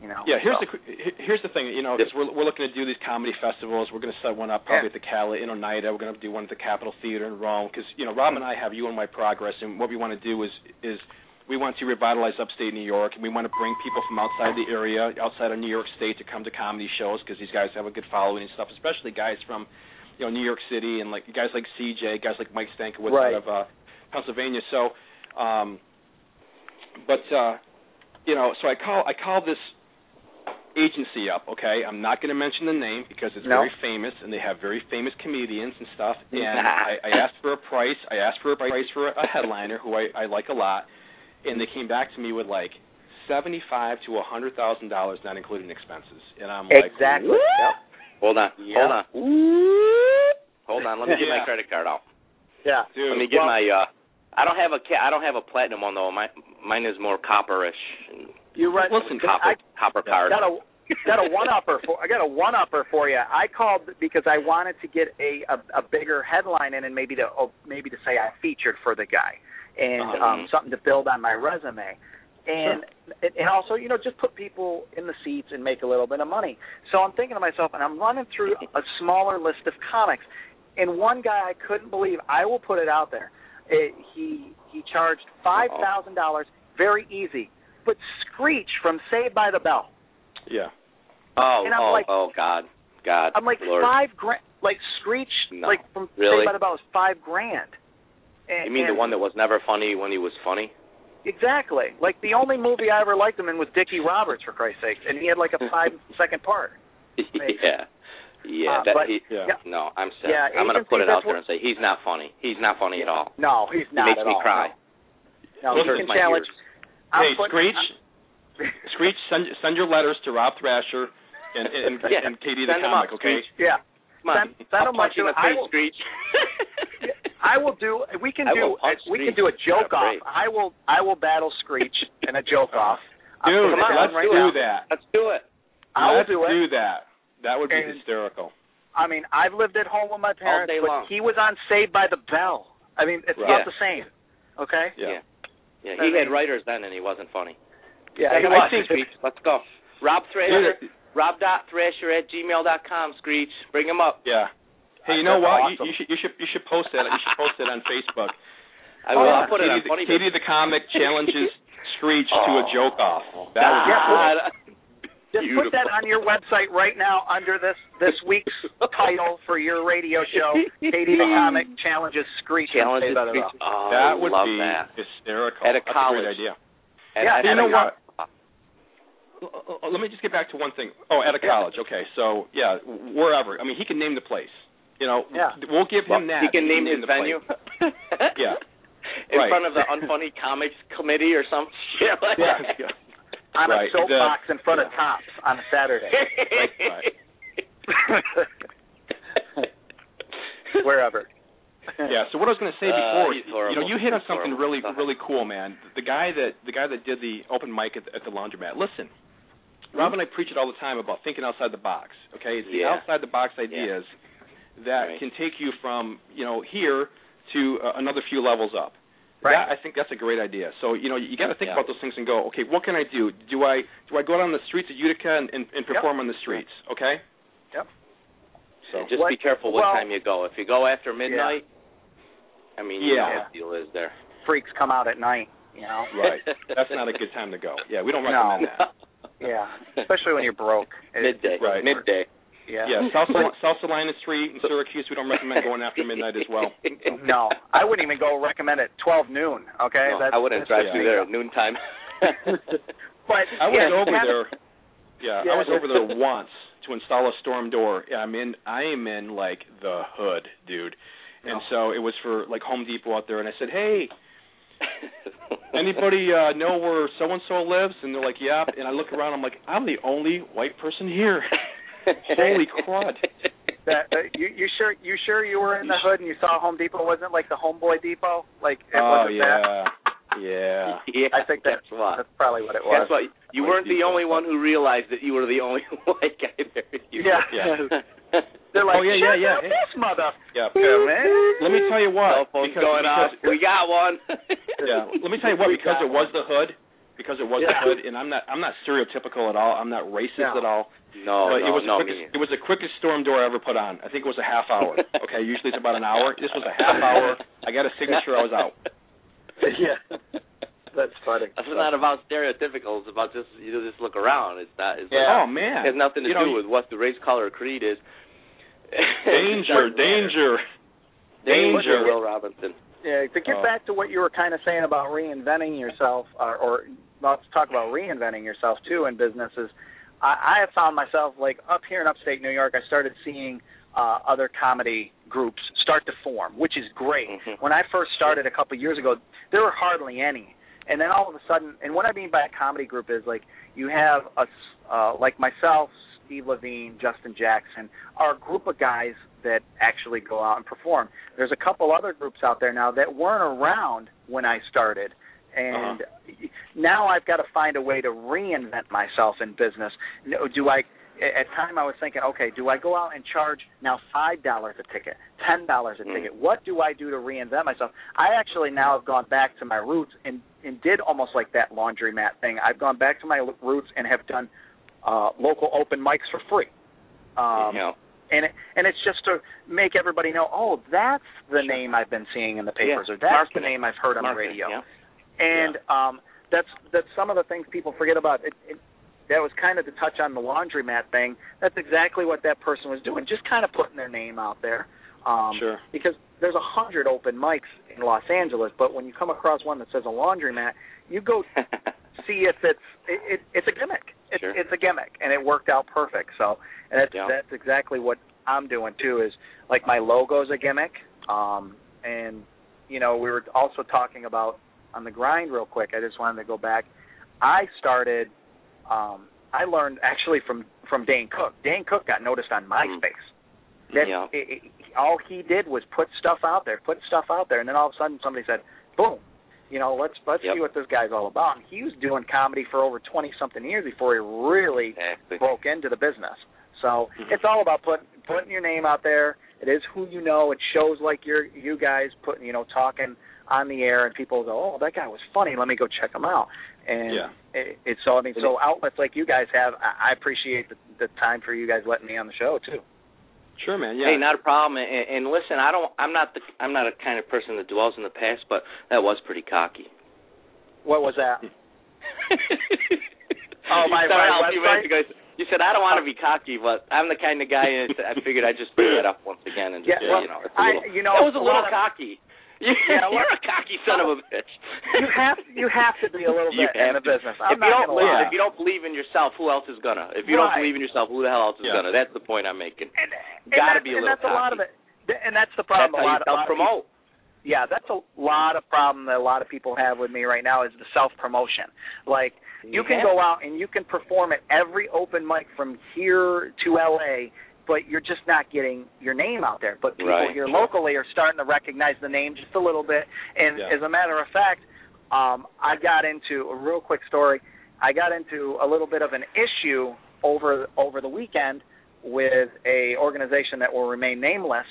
S4: You know.
S2: Yeah, here's
S4: so.
S2: the the here's the thing. You know,
S3: Yeah.
S2: is we're we're looking to do these comedy festivals. We're going to set one up probably at
S4: Yeah.
S2: the Cali in Oneida. We're going to do one at the Capitol Theater in Rome. Because you know, Rob and I have you and my progress, and what we want to do is is we want to revitalize upstate New York, and we want to bring people from outside the area, outside of New York State, to come to comedy shows because these guys have a good following and stuff, especially guys from you know New York City and like guys like CJ, guys like Mike Stankiewicz out
S4: Right.
S2: of uh, Pennsylvania. So, um, but uh, you know, so I call I call this agency up. Okay, I'm not going to mention the name because it's
S4: No.
S2: very famous and they have very famous comedians and
S4: [laughs]
S2: stuff. And
S3: Nah.
S2: I, I asked for a price. I asked for a price for a headliner who I, I like a lot, and they came back to me with like seventy-five to a hundred thousand dollars, not including expenses. And I'm like,
S4: exactly. Yep.
S3: Hold on.
S4: Yeah.
S3: Hold on. Hold on. Let me get
S2: Yeah.
S3: my credit card out.
S4: Yeah.
S2: Dude,
S3: Let me get
S2: well,
S3: my. uh I don't have a ca- I don't have a platinum one though. My mine is more copperish.
S4: You're right.
S2: Listen,
S3: copper
S4: I
S3: copper card.
S4: got a got a one upper for I got a one upper for you. I called because I wanted to get a, a a bigger headline in and maybe to oh, maybe to say I featured for the guy and
S3: Uh-huh.
S4: um something to build on my resume. And and- and also, you know, just put people in the seats and make a little bit of money. So I'm thinking to myself, and I'm running through a smaller list of comics, and one guy I couldn't believe. I will put it out there. It, he he charged five thousand dollars, very easy. But Screech from Saved by the Bell.
S2: yeah.
S3: oh,
S4: and I'm
S3: oh,
S4: like-
S3: oh, God, God.
S4: I'm like
S3: Lord.
S4: five grand. Like Screech,
S3: No.
S4: like from
S3: Really?
S4: Saved by the Bell is five grand. And,
S3: You mean the
S4: and-
S3: one that was never funny when he was funny? [laughs]
S4: Exactly. Like the only movie I ever liked him in was Dickie Roberts, for Christ's sake, and he had
S3: [laughs]
S4: like a five-second part. Maybe.
S3: yeah, yeah.
S4: Uh,
S3: that,
S4: but-
S3: he,
S2: Yeah.
S4: Yeah.
S3: No, I'm sad.
S4: Yeah,
S3: I'm gonna
S4: agency,
S3: put it out
S4: that's
S3: there and
S4: what-
S3: say he's not funny. He's not funny at all.
S4: No, he's
S3: He
S4: not
S3: makes
S4: at
S3: me
S4: all.
S3: cry.
S4: No,
S3: It
S4: no
S2: Listen,
S4: you
S3: hurts
S4: can
S3: my
S4: challenge.
S3: ears.
S4: I'm
S2: hey,
S4: putting-
S2: Screech,
S4: I'm-
S2: Screech, send send your letters to Rob Thrasher and and,
S4: [laughs]
S3: Yeah,
S2: and Katie the
S3: send 'em
S2: comic,
S3: up,
S2: okay?
S4: [laughs] yeah.
S3: Come on.
S4: Send- send
S3: I'll
S4: him my
S3: punch you in the
S4: two- I
S3: face,
S4: will-
S3: Screech.
S4: I will do. We can
S3: I
S4: do.
S3: will punch
S4: We
S3: Screech.
S4: can do a joke
S3: Yeah,
S4: off.
S3: great.
S4: I will. I will battle Screech in a joke off. I'm
S2: Dude,
S4: putting it down
S2: let's
S4: right
S2: do
S4: now.
S2: that.
S3: Let's do it.
S4: I will
S2: let's
S4: do it.
S2: that. That would be
S4: And-
S2: hysterical.
S4: I mean, I've lived at home with my parents,
S3: day
S4: but
S3: long.
S4: he was on Saved by the Bell. I mean, it's
S2: Right.
S4: not
S3: Yeah.
S4: the same. Okay.
S2: Yeah.
S3: Yeah,
S4: I
S3: he
S4: mean-
S3: had writers then, and he wasn't funny.
S4: Yeah.
S3: Tell you
S4: I
S3: what,
S4: think-
S3: Screech, let's go. Rob Thrasher,
S2: Dude,
S3: Rob dot Thrasher at gmail dot com. Screech, bring him up.
S2: yeah. Hey, you
S4: That's
S2: know what?
S4: awesome.
S2: You, you should you should you should post that. You should post it on Facebook.
S3: [laughs] I
S2: Oh,
S3: will.
S4: yeah.
S3: I'll put it
S2: Katie,
S3: on
S2: the,
S3: funny.
S2: Katie the comic
S3: [laughs]
S2: challenges Screech to a
S3: Oh.
S2: joke off. That would be
S3: God.
S4: Just put that on your website right now under this this week's title for your radio show. Katie the comic challenges Screech. on
S3: Challenge
S4: Saved by the Bell.
S3: Screech. Oh,
S2: that would
S3: love
S2: be
S3: that.
S2: hysterical.
S3: At a
S2: That's
S3: college.
S2: a great idea.
S3: And-
S4: Yeah,
S3: and-
S2: you
S3: and
S2: know
S3: a
S2: what?
S3: cop.
S2: L- l- let me just get back to one thing. Oh, at a college. Okay, so yeah, wherever. I mean, he can name the place. You know,
S4: Yeah.
S2: we'll give him that.
S3: He can name his
S2: the place.
S3: venue. [laughs]
S2: Yeah.
S3: In
S2: Right.
S3: front of the unfunny comics committee or some [laughs] shit
S2: [laughs]
S3: like
S2: Yeah.
S3: that.
S2: yeah.
S4: on
S2: Right.
S4: a soapbox in front of
S2: yeah.
S4: cops on a Saturday.
S3: [laughs]
S4: Wherever.
S2: Yeah. So what I was going to say
S3: Uh,
S2: before,
S3: he's
S2: you know,
S3: horrible.
S2: you hit on
S3: He's
S2: something really,
S3: horrible. Go ahead.
S2: really cool, man. The guy that the guy that did the open mic at the, at the laundromat. Listen, Rob and I preach it all the time about thinking outside the box. Okay, it's the
S3: Hmm? Yeah.
S2: outside the box ideas that
S3: Right.
S2: can take you from you know here to uh, another few levels up.
S4: Right.
S2: That, I think that's a great idea. So you know you got to think
S3: Yeah.
S2: about those things and go, okay, what can I do? Do I do I go down the streets of Utica and, and, and
S4: Yep.
S2: perform on the streets? Okay.
S4: Yep.
S2: So
S3: Just
S4: What-
S3: be careful what
S4: well-
S3: time you go. If you go after midnight, I mean, you know
S2: Yeah.
S3: what the deal is there.
S4: Freaks come out at night, you know.
S2: right,
S3: [laughs]
S2: that's not a good time to go. Yeah, we don't
S4: No.
S2: recommend that.
S4: Yeah. Especially when you're broke. It-
S3: midday.
S2: Right.
S3: Midday.
S4: Yeah.
S2: Yeah, South
S3: [laughs]
S2: Sal- South Salina Street in Syracuse. We don't recommend going after midnight as
S3: [laughs]
S2: well.
S4: No, I wouldn't even go recommend it 12 noon. Okay,
S3: No,
S4: that's,
S3: I wouldn't
S4: that's
S3: drive
S2: yeah.
S3: through there at
S4: [laughs]
S3: noontime.
S4: But
S2: I was
S4: yeah,
S2: over
S4: have-
S2: there. Yeah,
S4: Yeah.
S2: I was over there once to install a storm door. Yeah, I'm in. I am in like the hood, dude. And
S3: Oh.
S2: so it was for like Home Depot out there, and I said, "Hey,
S3: [laughs]
S2: anybody uh, know where so and so lives?" And they're like, "Yeah." And I look around, I'm like, "I'm the only white person here." Holy crud.
S4: [laughs] That, uh, you, you sure you sure you were in the hood and you saw Home Depot wasn't it like the Homeboy Depot? Like it
S2: oh
S4: wasn't that?
S2: yeah,
S3: [laughs]
S2: yeah.
S3: Yeah,
S4: I think that-
S3: that's why.
S4: [laughs] That's probably what it was.
S3: That's why you
S2: Like
S3: weren't the
S2: people.
S3: only one who realized that you were the only [laughs] white guy there. You-
S4: yeah.
S2: Yeah.
S4: They're like,
S2: Oh, yeah, yeah,
S4: check
S2: yeah,
S4: out
S2: yeah.
S4: this mother.
S2: Yeah.
S4: Yeah, man.
S2: Let me tell you what.
S3: [laughs] Cell
S2: [laughs]
S3: phone's
S2: because,
S3: going off.
S2: because-
S3: We got one.
S4: [laughs]
S2: yeah. Let me tell you what,
S4: We
S2: because
S4: got
S2: it was the hood, because it was
S4: Yeah.
S2: the hood, and I'm not I'm not stereotypical at all. I'm not racist
S4: No.
S2: at
S4: Oh,
S2: all.
S3: [laughs] No,
S2: but
S3: no,
S2: it was
S3: no,
S2: the
S3: me.
S2: quickest, it was the quickest storm door I ever put on. I think it was a half [laughs]
S4: [laughs]
S2: hour. Okay, usually it's about an hour. This was a
S3: [laughs]
S2: half hour. I got a signature. I was out. [laughs]
S4: yeah, that's funny.
S3: It's not about stereotypical. It's about just you know, just look around. It's not. It's
S4: [laughs]
S2: Oh
S4: Yeah.
S2: man,
S3: It has
S4: [laughs]
S3: nothing to
S2: You
S3: do
S2: know,
S3: with what the race, color, or creed is.
S2: danger, danger.
S3: danger,
S2: danger.
S3: Will Robinson.
S4: Yeah, to get
S2: Oh.
S4: back to what you were kind of saying about reinventing yourself, or, or let's talk about reinventing yourself too in businesses. I, I have found myself like up here in upstate New York, I started seeing uh, other comedy groups start to form, which is great.
S3: Mhm.
S4: When I first started a couple years ago, there were hardly any, and then all of a sudden, and what I mean by a comedy group is like you have a s- uh, like myself, Steve Levine, Justin Jackson are a group of guys that actually go out and perform. There's a couple other groups out there now that weren't around when I started. And now I've got to find a way to reinvent myself in business. No, Do I at time I was thinking, okay, do I go out and charge now five dollars a ticket, ten dollars a
S3: Mm.
S4: ticket? What do I do to reinvent myself? I actually now have gone back to my roots and and did almost like that laundromat thing. I've gone back to my lo- roots and have done uh local open mics for free. Um
S3: you know,
S4: and it, and it's just to make everybody know, oh, that's the
S3: Sure.
S4: name I've been seeing in the papers
S3: Yeah,
S4: or that's
S3: marketing.
S4: the name I've heard on
S3: marketing,
S4: the radio
S3: Yeah.
S4: and um that's that's some of the things people forget about it, it that was kind of the touch on the laundromat thing that's exactly what that person was doing just kind of putting their name out there um
S2: sure.
S4: [laughs] because there's a hundred open mics in los angeles but when you come across one that says a laundromat you go see if it's it, it it's a gimmick it's
S3: Sure.
S4: it's a gimmick and it worked out perfect so and that's
S3: Yeah.
S4: that's exactly what i'm doing too is like my logo's a gimmick um and you know we were also talking about on the grind real quick i just wanted to go back i started um i learned actually from from dane cook dane cook got noticed on
S3: Mm-hmm.
S4: myspace that
S3: Yeah.
S4: it, it, all he did was put stuff out there, put stuff out there, and then all of a sudden somebody said, "Boom, you know, let's let's
S3: Yep.
S4: see what this guy's all about." And he was doing comedy for over twenty something years before he really
S3: exactly.
S4: broke into the business. So
S3: Mhm.
S4: it's all about putting putting your name out there. It is who you know. It shows like you're you guys putting you know talking on the air, and people go, "Oh, that guy was funny. Let me go check him out." And
S2: Yeah.
S4: it, it's so I mean, so outlets like you guys have, I, I appreciate the, the time for you guys letting me on the show too.
S2: Sure, man. Yeah.
S3: Hey, not a problem. And, and listen, I don't. I'm not the. I'm not a kind of person that dwells in the past, but that was pretty cocky. [laughs]
S4: What was that? Oh,
S3: You
S4: my-
S3: started
S4: my
S3: out a few minutes ago, You said I don't want to be cocky, but I'm the kind of guy.
S4: [laughs]
S3: And it's- I figured I'd just bring that up once again and just
S4: Yeah,
S3: say,
S4: well,
S3: you know, it's a
S4: I-
S3: little,
S4: you know,
S3: that was a
S4: a
S3: little
S4: lot of-
S3: cocky. You,
S4: [laughs] Yeah, a
S3: [laughs]
S4: lot-
S3: you're a cocky son of a bitch.
S4: you have you have to be a little
S3: [laughs] You
S4: bit in
S3: have
S4: the
S3: to.
S4: business. I'm
S3: if
S4: not
S3: you don't
S4: gonna
S3: listen,
S4: lie.
S3: if you don't believe in yourself, who else is gonna? If you
S4: Right.
S3: don't believe in yourself, who the hell else is
S2: Yeah.
S3: gonna? That's the point I'm making.
S4: and, and
S3: gotta
S4: that's,
S3: be a
S4: and
S3: little
S4: that's a lot of
S3: cocky.
S4: it. Th- And that's the
S3: That's
S4: problem.
S3: how you
S4: a lot,
S3: self
S4: of, a lot of
S3: promote.
S4: people- yeah, that's a lot of problem that a lot of people have with me right now is the self promotion. Like you can go out and you can perform at every open mic from here to LA, but you're just not getting your name out there. But people
S3: Right,
S4: here
S3: sure.
S4: locally are starting to recognize the name just a little bit. And
S2: Yeah.
S4: as a matter of fact, um, I got into a real quick story. I got into a little bit of an issue over over the weekend with a organization that will remain nameless,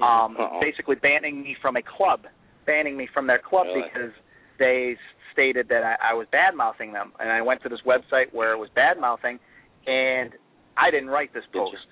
S4: um,
S3: Mm-hmm. Uh-oh.
S4: basically banning me from a club, banning me from their club
S3: Really?
S4: because they stated that I, I was bad mouthing them. And I went to this website where it was bad mouthing, and I didn't write this
S3: Did you? Oh.
S4: post.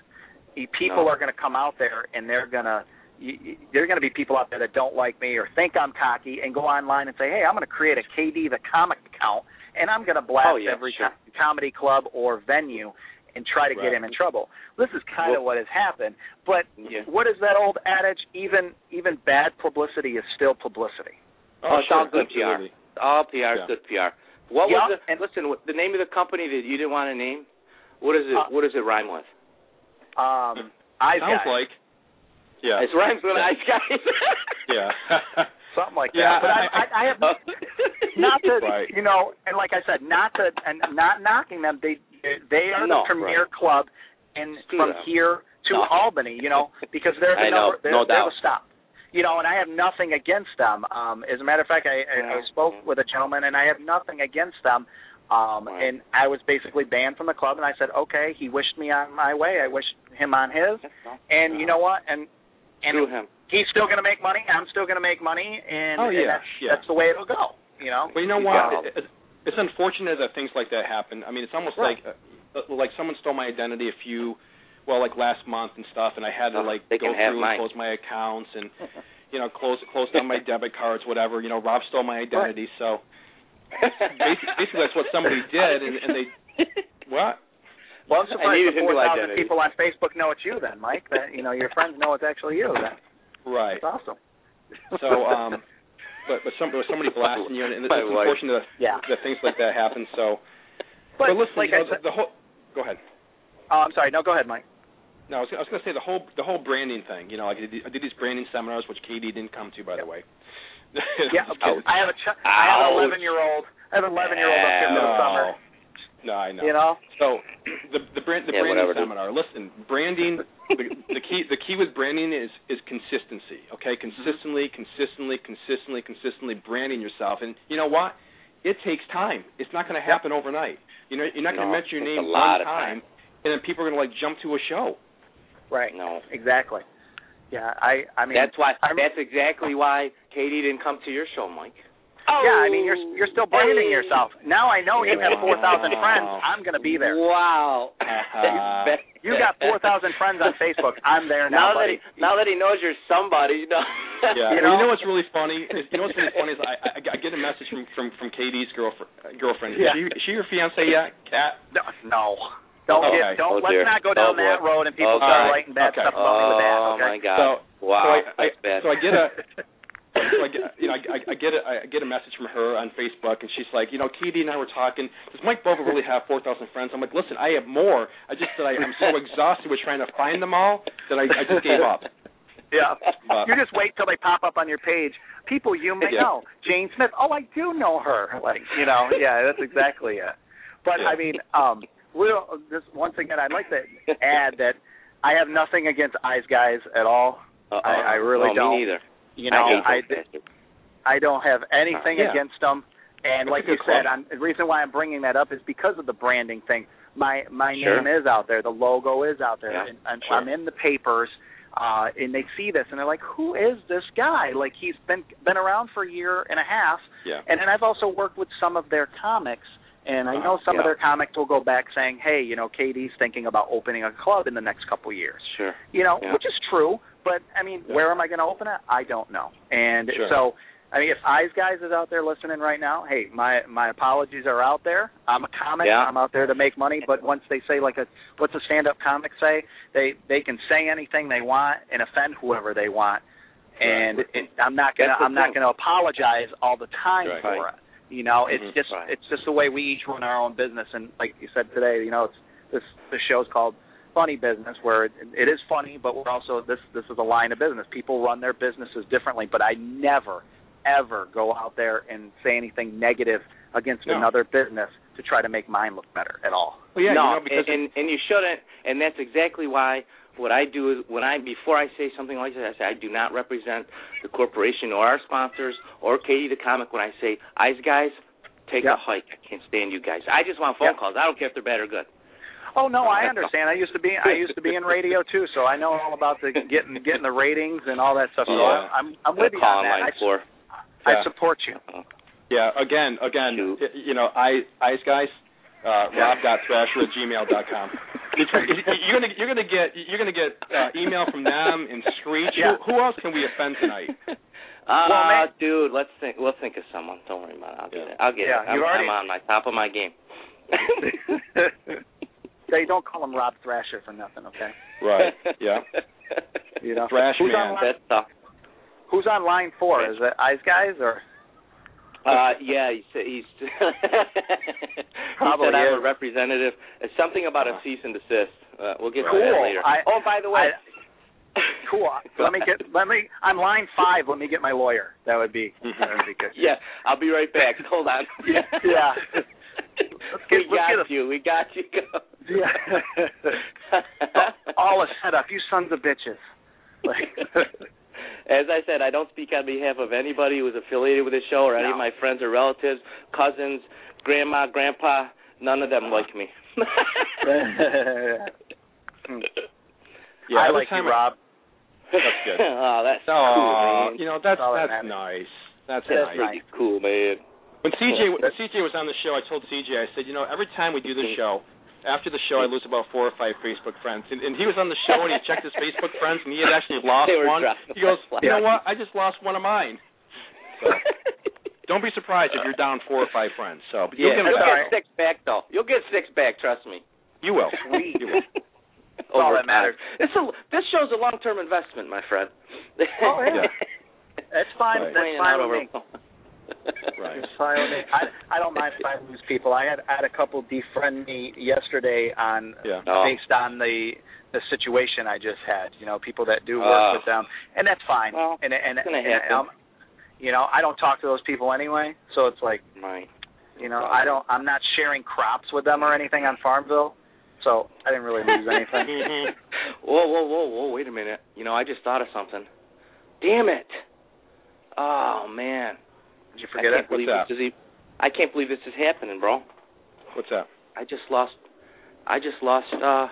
S4: E- People
S3: No.
S4: are going to come out there and they're going to y- y- there are going to be people out there that don't like me or think I'm cocky and go online and say, "Hey, I'm going to create a KD the comic account and I'm going to blast
S3: Oh, yeah,
S4: every
S3: sure.
S4: co- comedy club or venue and try to get
S2: Right.
S4: him in trouble." This is kind of
S3: Well-
S4: what has happened. But
S3: Yeah.
S4: what is that old adage? Even even bad publicity is still publicity.
S3: Oh, it's
S2: sure.
S3: all good PR.
S2: Absolutely.
S3: All PR is
S2: Yeah.
S3: good PR. What
S4: Yeah,
S3: was the,
S4: and-
S3: listen? what- The name of the company that you didn't want to name. What is it?
S4: Uh,
S3: what does it rhyme with?
S4: Um, I've
S2: Sounds
S4: got
S2: like. Yeah.
S3: It rhymes with
S2: Yeah.
S3: ice guys.
S2: [laughs] Yeah. [laughs]
S4: something like
S2: Yeah,
S4: that. But I, I, I have [laughs]
S3: [laughs]
S4: not to
S2: Right.
S4: you know, and like I said, not to and not knocking them. They they are
S3: No,
S4: the premier club and
S3: Screw
S4: from
S3: them.
S4: here to
S3: No.
S4: Albany, you know, because they're
S3: [laughs] I
S4: the
S3: know,
S4: number they're,
S3: no
S4: they're
S3: doubt.
S4: the stop. You know, and I have nothing against them. Um as a matter of fact I, I, I
S3: Yeah.
S4: spoke with a gentleman and I have nothing against them. Um
S3: Right.
S4: and I was basically banned from the club and I said, Okay, he wished me on my way, I wished him on his and you know what? And and
S3: Screw him.
S4: he's still going to make money. I'm still going to make money, and,
S2: Oh,
S4: and
S2: yeah,
S4: that's,
S2: yeah.
S4: that's the way it'll go. You know.
S2: Well, you know
S3: Yeah.
S2: what? It- it- It's unfortunate that things like that happen. I mean, it's almost
S4: Right.
S2: like uh, like someone stole my identity a few, well, like last month and stuff, and I had to
S3: Oh,
S2: like
S3: they
S2: go
S3: can
S2: through
S3: have
S2: and
S3: mine.
S2: close my accounts
S3: [laughs]
S2: and you know close close down my debit cards, whatever. You know, Rob stole my identity, so basically, basically that's what
S3: [laughs]
S2: somebody did, and, and they what?
S4: Well, I'm
S3: I
S4: surprised
S3: needed
S4: the
S3: him to
S4: 4,000
S3: identity.
S4: people on Facebook know it's you, then, Mike. That you know your friends know it's actually you. That,
S2: Right.
S4: that's awesome.
S2: So, um, but but some but somebody blasting you, and it's
S3: My wife.
S2: unfortunate that,
S4: [laughs] yeah.
S2: that things like that happen. So,
S4: But,
S2: listen,
S4: like
S2: you know,
S4: I said,
S2: the, the whole. Go ahead.
S4: oh, I'm sorry. No, go ahead, Mike.
S2: No, I was, I was going to say the whole the whole branding thing. You know, like I did, I did these branding seminars, which Katie didn't come to, by the way.
S4: Yeah,
S2: [laughs] Just kidding.
S4: I have a ch- I have an
S3: Ouch.
S4: 11 year old. I have an 11 year old up here for
S2: no.
S4: the summer.
S2: No, I know.
S4: You know,
S2: So the the brand the
S3: Yeah,
S2: branding
S3: whatever, dude.
S2: seminar. Listen, branding the, the key the key with branding is is consistency. Okay,
S3: Mm-hmm.
S2: consistently, consistently, consistently, consistently branding yourself. And you know what? It takes time. It's not going to happen overnight. You know, you're not going
S3: No,
S2: to mention your
S3: it's
S2: name
S3: a lot
S2: one
S3: of time.
S2: time, and then people are going to like jump to a show.
S4: right?
S3: No.
S4: Exactly. Yeah, I I mean
S3: that's why.
S4: I rem-
S3: that's exactly why Katie didn't come to your show, Mike.
S2: Oh.
S4: Yeah, I mean you're you're still branding
S3: Hey.
S4: yourself. Now I know you have
S2: Wow.
S4: four thousand friends. I'm gonna be there.
S3: Wow.
S2: Uh-huh.
S3: [laughs]
S4: You got four thousand friends on Facebook. I'm there
S3: now
S4: now,
S3: that
S4: buddy.
S3: he now that he knows you're somebody, you know.
S2: Yeah.
S4: You
S2: You
S4: know-
S2: know, what's really funny? Is, you know what's really funny is I, I I get a message from from from Katie's girlfriend girlfriend. Is
S4: Yeah.
S2: she is she your fiance yet? Cat.
S4: No, no. Don't
S2: Okay.
S4: get, don't
S3: Oh,
S4: let's
S3: dear.
S4: not go
S3: Oh,
S4: down that
S3: boy.
S4: road and people
S3: Okay.
S4: start writing bad
S2: Okay.
S4: stuff about me with that.
S3: Oh
S4: Okay.
S3: my God.
S2: So
S3: wow.
S2: so I,
S3: that's bad.
S2: I so I get a so I get, you know, I, I get a, I get a message from her on Facebook, and she's like, you know, Katie and I were talking. Does Mike Bova really have four thousand friends? I'm like, listen, I have more. I just said I, I'm so exhausted with trying to find them all that I, I just gave
S3: [laughs]
S2: up.
S4: Yeah.
S2: But-
S4: you just wait till they pop up on your page. People you may
S2: Yeah.
S4: know. Jane Smith. Oh, I do know her. [laughs] Like, you know, yeah, that's exactly it. But I mean, um we'll just once again I'd like to [laughs] add that I have nothing against eyes guys at all.
S3: Uh-oh.
S4: I- I really
S3: no,
S4: don't.
S3: Me neither.
S4: You know,
S3: I,
S4: I,
S3: hate those bastards.
S4: I don't have anything
S2: Yeah.
S4: against them. And
S2: That's
S4: like
S2: a
S4: you
S2: good
S4: said,
S2: club.
S4: I'm, the reason why I'm bringing that up is because of the branding thing. My my
S3: Sure.
S4: name is out there, the logo is out there,
S3: Yeah,
S4: and, and
S3: sure.
S4: I'm in the papers. Uh, and they see this and they're like, "Who is this guy? Like he's been been around for a year and a half."
S2: Yeah.
S4: And then I've also worked with some of their comics, and I know
S3: Uh,
S4: some of
S3: yeah.
S4: their comics will go back saying, "Hey, you know, KD's thinking about opening a club in the next couple years."
S3: Sure.
S4: you know,
S3: Yeah.
S4: which is true. But I mean,
S2: Yeah.
S4: where am I going to open it? I don't know. And
S2: Sure.
S4: so, I mean, if Eyes Guys is out there listening right now, hey, my my apologies are out there. I'm a comic.
S3: Yeah.
S4: I'm out there to make money. But once they say like a what's a stand up comic say, they they can say anything they want and offend whoever they want. And
S3: Right.
S4: it, I'm not gonna
S3: That's the
S4: I'm not
S3: thing.
S4: gonna apologize all the time
S2: Right.
S4: for it. You know, it's
S2: Mhm.
S4: just
S3: Right.
S4: it's just the way we each run our own business. And like you said today, you know, it's this the show's called funny business where it, it is funny, but we're also this this is a line of business. People run their businesses differently, but I never ever go out there and say anything negative against
S2: No.
S4: another business to try to make mine look better at all.
S2: Well, yeah,
S3: no,
S2: you know, because
S3: and, and and you shouldn't. And that's exactly why what I do is when I before I say something like that, I say I do not represent the corporation or our sponsors or Katie the comic. When I say eyes guys, take
S4: Yeah.
S3: a hike. I can't stand you guys. I just want phone
S4: Yeah.
S3: calls. I don't care if they're bad or good.
S4: Oh no, I understand. I used to be I used to be in radio too, so I know all about the getting getting the ratings and all that stuff. So
S2: Yeah.
S4: I'm I'm, I'm
S3: They're
S4: with you on
S3: calling
S4: that.
S3: line
S4: I,
S3: four.
S4: I
S2: Yeah.
S4: support you.
S2: yeah, again, again,
S3: Shoot.
S2: y- you know, I Ice Guys, uh,
S4: Yeah.
S2: Rob dot Thrasher at gmail dot com. You're gonna you're gonna get you're gonna get uh, email from them and Screech.
S4: Yeah.
S2: Who, who else can we offend
S3: [laughs]
S2: tonight?
S3: Ah,
S4: Well, man-
S3: dude, let's think. We'll think of someone. Don't worry about it. I'll
S2: Yeah.
S3: get it. I'll get
S4: Yeah,
S3: it. I'm,
S4: you already-
S3: I'm on my top of my
S4: [laughs]
S3: game.
S4: They don't call him Rob Thrasher for nothing, okay?
S2: Right.
S3: [laughs]
S2: Yeah.
S4: You know.
S2: Thrash
S4: who's
S2: man.
S4: on line,
S3: That's tough.
S4: who's on line four? Is it Eyes Guys or
S3: Uh, yeah, he said he's [laughs] he
S4: Probably
S3: said I'm
S4: is.
S3: a representative. It's something about a
S2: Uh-huh.
S3: cease and desist. Uh, we'll get to that
S4: Cool.
S3: later.
S4: I-
S3: oh, by the way,
S4: [laughs] Cool. Let me get. Let me. I'm line five. Let me get my lawyer. That would be.
S2: Mm-hmm.
S4: That would be good.
S3: Yeah, I'll be right back. Hold on.
S4: [laughs] Yeah. Yeah.
S3: we
S4: get- let's
S3: got
S4: get a-
S3: you. We got you. Go.
S4: Yeah. [laughs] All
S3: [laughs]
S4: is set up. You sons of bitches.
S3: As I said, I don't speak on behalf of anybody who is affiliated with the show or any
S4: No.
S3: of my friends or relatives, cousins, grandma, grandpa. None of
S4: Uh-huh.
S3: them like me.
S2: [laughs]
S4: [laughs]
S2: Yeah,
S4: I
S2: every
S4: like you,
S2: [laughs] time I-
S4: Rob.
S2: That's
S3: [laughs]
S2: good.
S3: oh, that's
S2: Oh,
S3: cool, man.
S2: you know that's
S4: That's all that
S2: that's nice.
S4: matters.
S2: That's,
S3: That's
S2: nice.
S3: really cool, man.
S2: When CJ when CJ was on the show, I told CJ I said, you know, every time we do the show, after the show, I lose about four or five Facebook friends. And, and he was on the show and he checked his Facebook friends and he had
S3: [laughs]
S2: actually lost
S3: They were
S2: one.
S3: dropped.
S2: He
S3: [laughs]
S2: goes, you know
S4: Yeah.
S2: what? I just lost one of mine. So [laughs] don't be surprised if you're down four or five friends. So but
S3: yeah,
S2: you'll give
S3: you'll
S2: it
S3: get
S2: back.
S4: alright.
S3: six back though. You'll get six back. Trust me.
S2: You will.
S4: Sweet.
S2: [laughs] You will.
S3: That's
S4: all that matters.
S3: This a, this show's a long term investment, my friend.
S4: Oh, yeah. That's fine.
S2: Right.
S4: That's
S3: Playing
S4: fine
S3: out over.
S4: with me.
S2: Right.
S4: That's fine with me. I, I don't mind if I lose people. I had I had a couple defriend me yesterday on
S2: Yeah.
S3: Oh.
S4: based on the the situation I just had. You know, people that do work
S3: Ah.
S4: with them, and that's fine.
S3: Well,
S4: and and,
S3: it's gonna
S4: and,
S3: happen.
S4: um, you know, I don't talk to those people anyway, so it's like
S3: Right.
S4: You know, I don't. I'm not sharing crops with them or anything on Farmville, so I didn't really lose
S3: [laughs]
S4: [laughs] anything. Mm-hmm.
S3: Whoa, whoa, whoa, whoa! Wait a minute. You know, I just thought of something. Damn it! Oh man,
S4: Did you
S3: I
S4: forget
S3: can't
S4: it?
S3: believe
S2: What's
S3: this is. e- I can't believe this is happening, bro.
S2: What's that?
S3: I just lost. I just lost uh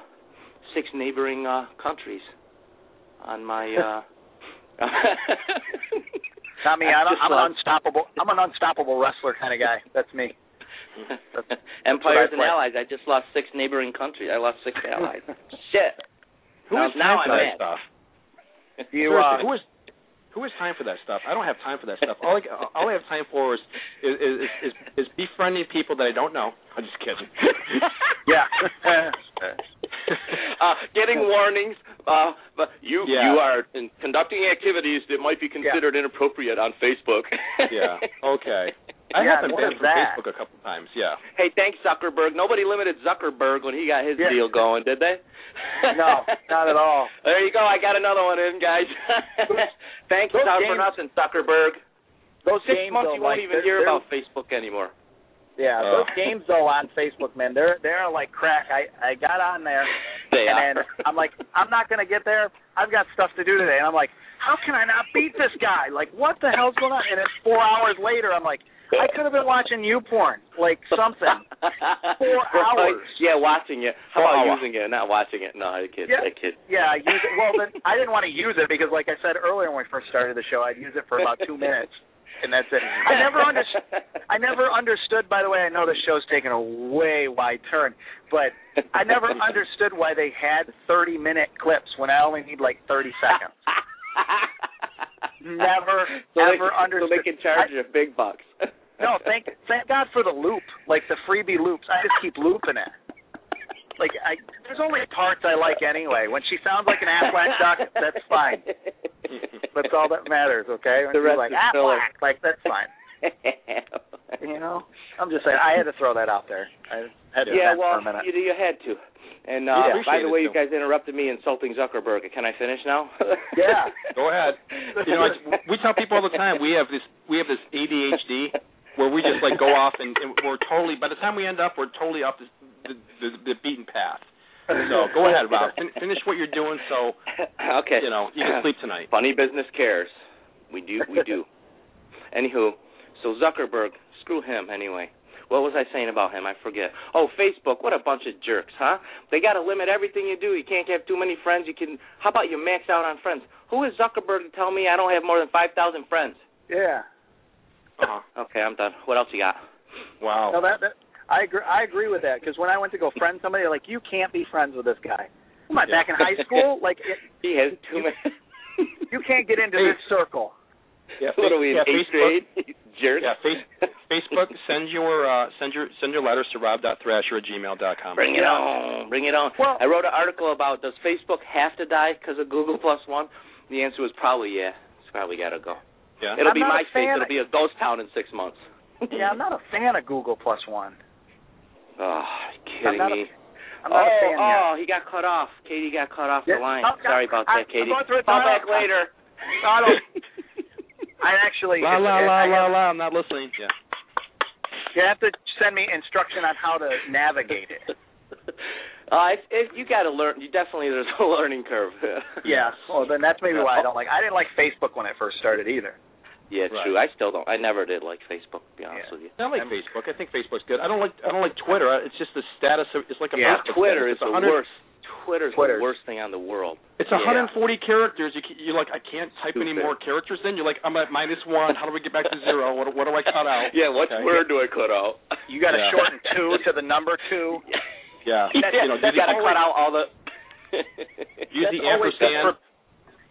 S3: six neighboring uh countries on
S4: [laughs]
S3: my. uh [laughs]
S4: Tommy, I
S3: I
S4: don't,
S3: just
S4: I'm
S3: love-
S4: an unstoppable. I'm an unstoppable wrestler kind of guy. That's me.
S3: Empires and
S4: play.
S3: allies. I just lost six neighboring countries. I lost six
S4: [laughs]
S3: allies. Shit.
S2: Who
S3: Now-
S2: has
S3: now
S2: time
S3: I'm
S2: for
S3: mad.
S2: that stuff?
S4: You
S2: Seriously,
S4: uh,
S2: who is who has time for that stuff? I don't have time for that stuff. All I,
S4: [laughs]
S2: all I have time for is is, is is is befriending people that I don't know. I'm just
S4: [laughs]
S2: kidding.
S4: yeah.
S3: [laughs] uh, getting warnings. Uh, but you
S2: Yeah.
S3: you are in, conducting activities that might be considered inappropriate on Facebook. [laughs]
S2: Yeah, okay. I
S4: Yeah,
S2: have been
S4: what
S2: banned
S4: is
S2: from
S4: that?
S2: Facebook a couple times. Yeah.
S3: Hey, thanks Zuckerberg. Nobody limited Zuckerberg when he got his
S4: Yeah.
S3: deal going, did they?
S4: [laughs] no, not at all.
S3: There you go. I got another one in, guys. [laughs] thanks
S4: those
S3: not for
S4: games-
S3: nothing, Zuckerberg.
S4: Those
S3: Six
S4: games,
S3: months you
S4: though,
S3: won't
S4: like,
S3: even
S4: they're-
S3: hear
S4: they're-
S3: about Facebook anymore.
S4: Yeah,
S2: Oh.
S4: those games though on Facebook, man, they're they're like crack. I I got on there
S3: They
S4: and then
S3: are.
S4: I'm like, I'm not gonna get there. I've got stuff to do today, and I'm like, how can I not beat this guy? Like, what the hell's going on? And it's four hours later. I'm like, I could have been watching you porn, like
S3: [laughs]
S4: something. Four
S3: Right.
S4: hours.
S3: Yeah, watching it. How
S2: Four
S3: about
S2: hour.
S3: using it? Not watching it. No, I kid.
S4: Yeah.
S3: I kid.
S4: Yeah, I use it. Well, then I didn't want to use it because, like I said earlier when we first started the show, I'd use it for about two minutes, and that's it. I never understood. I never understood. By the way, I know the show's taken a way wide turn, but I never understood why they had 30 minute clips when I only need like 30 seconds. Never,
S3: so they,
S4: ever
S3: can-
S4: understood.
S3: So they can charge you big bucks.
S4: No, thank thank God for the loop, like the freebie loops. I just keep looping it. Like I, there's only parts I like anyway. When she sounds like an Affleck duck, that's fine. That's all that matters, okay? When
S3: The
S4: she's
S3: rest
S4: like
S3: is filler.
S4: Affleck, like that's fine. You know, I'm just saying I had to throw that out there. I had to
S3: yeah,
S4: vent
S3: well,
S4: for a minute.
S3: you, you had to. And
S2: Yeah.
S3: uh, by
S2: Appreciate
S3: the
S2: it,
S3: way, you
S2: though.
S3: guys interrupted me insulting Zuckerberg. Can I finish now?
S4: Yeah.
S2: Go ahead. You know, I, we tell people all the time we have this we have this ADHD where we just like go off and, and we're totally by the time we end up we're totally off the the, the, the beaten path. So go ahead, Rob. Fin- finish what you're doing so
S3: [laughs] okay.
S2: you know you can sleep tonight.
S3: Funny business cares. We do, we
S2: [laughs]
S3: do. Anywho, so Zuckerberg, screw him anyway. What was I saying about him? I forget. Oh, Facebook, what a bunch of jerks, huh? They got to limit everything you do. You can't have too many friends. You can. How about you max out on friends? Who is Zuckerberg to tell me I don't have more than five thousand friends?
S4: yeah.
S2: Uh-huh.
S3: Okay, I'm done. What else you got?
S4: No,
S2: Wow.
S4: that, that I agree. I agree with that because when I went to go friend somebody, like you can't be friends with this guy. Come on,
S2: Yeah.
S4: back in high school, like it,
S3: He has too many. [laughs]
S4: you can't get into
S2: Hey.
S4: this circle.
S2: Yeah,
S3: what are we in
S2: yeah,
S3: eighth
S2: Facebook,
S3: grade? [laughs] Jerk.
S2: Yeah, face- [laughs] Facebook, send your uh, send your send your letters to rob.thrasher at gmail dot com.
S3: [laughs] Bring it on. Bring it on.
S4: Well-
S3: I wrote an article about does Facebook have to die because of Google Plus One? The answer was probably yeah. It's probably got to go.
S2: Yeah.
S3: It'll
S4: I'm
S3: be
S4: not
S3: my
S4: a fan
S3: It'll
S4: of-
S3: be a ghost town in six months.
S4: Yeah, I'm not a fan of Google Plus One.
S3: Oh, are you kidding
S4: I'm not a-
S3: me.
S4: I'm not
S3: oh,
S4: a fan yet.
S3: oh, he got cut off. Katie got cut off the
S4: Yeah,
S3: line.
S4: I'm-
S3: Sorry about that,
S4: I-
S3: Katie.
S4: I'm going through a
S3: Call
S4: tunnel.
S3: back
S4: [laughs]
S3: later.
S4: I don't. I actually.
S2: La la
S4: it-
S2: la
S4: I
S2: la
S4: have,
S2: la. I'm not listening. Yeah.
S4: You have to send me instruction on how to navigate it.
S3: [laughs] Uh, it's, it, you got to learn. You definitely there's a learning curve. [laughs]
S4: Yeah. Well, then that's maybe why I don't like. I didn't like Facebook when it first started either.
S3: Yeah,
S2: Right.
S3: true. I still don't. I never did like Facebook. To be honest
S4: Yeah.
S3: with you.
S2: I like Facebook. I think Facebook's good. I don't like I don't like Twitter. I- It's just the status of it's like a
S4: Yeah,
S2: Facebook
S3: Twitter
S2: status.
S3: is
S2: It's
S3: the
S2: 100
S3: worst. Twitter's
S4: Twitter's-
S3: the worst thing on the world.
S2: It's
S3: Yeah.
S2: 140 characters. You can, you're like I can't type any
S3: Stupid.
S2: more characters. Then you're like I'm at minus one. How do we get back to zero? What, what do I cut out?
S3: Yeah, what
S2: Okay.
S3: word do I
S2: [laughs]
S3: cut out?
S4: You got to
S2: Yeah.
S4: shorten two to the number
S2: [laughs]
S4: two.
S3: [laughs]
S2: Yeah.
S3: That's-
S2: you know,
S3: that's
S2: do the
S3: gotta
S2: always-
S3: cut out
S2: [laughs]
S3: all the.
S2: Use
S4: That's
S2: the
S4: always good
S3: [laughs]
S2: ampersand.
S4: for-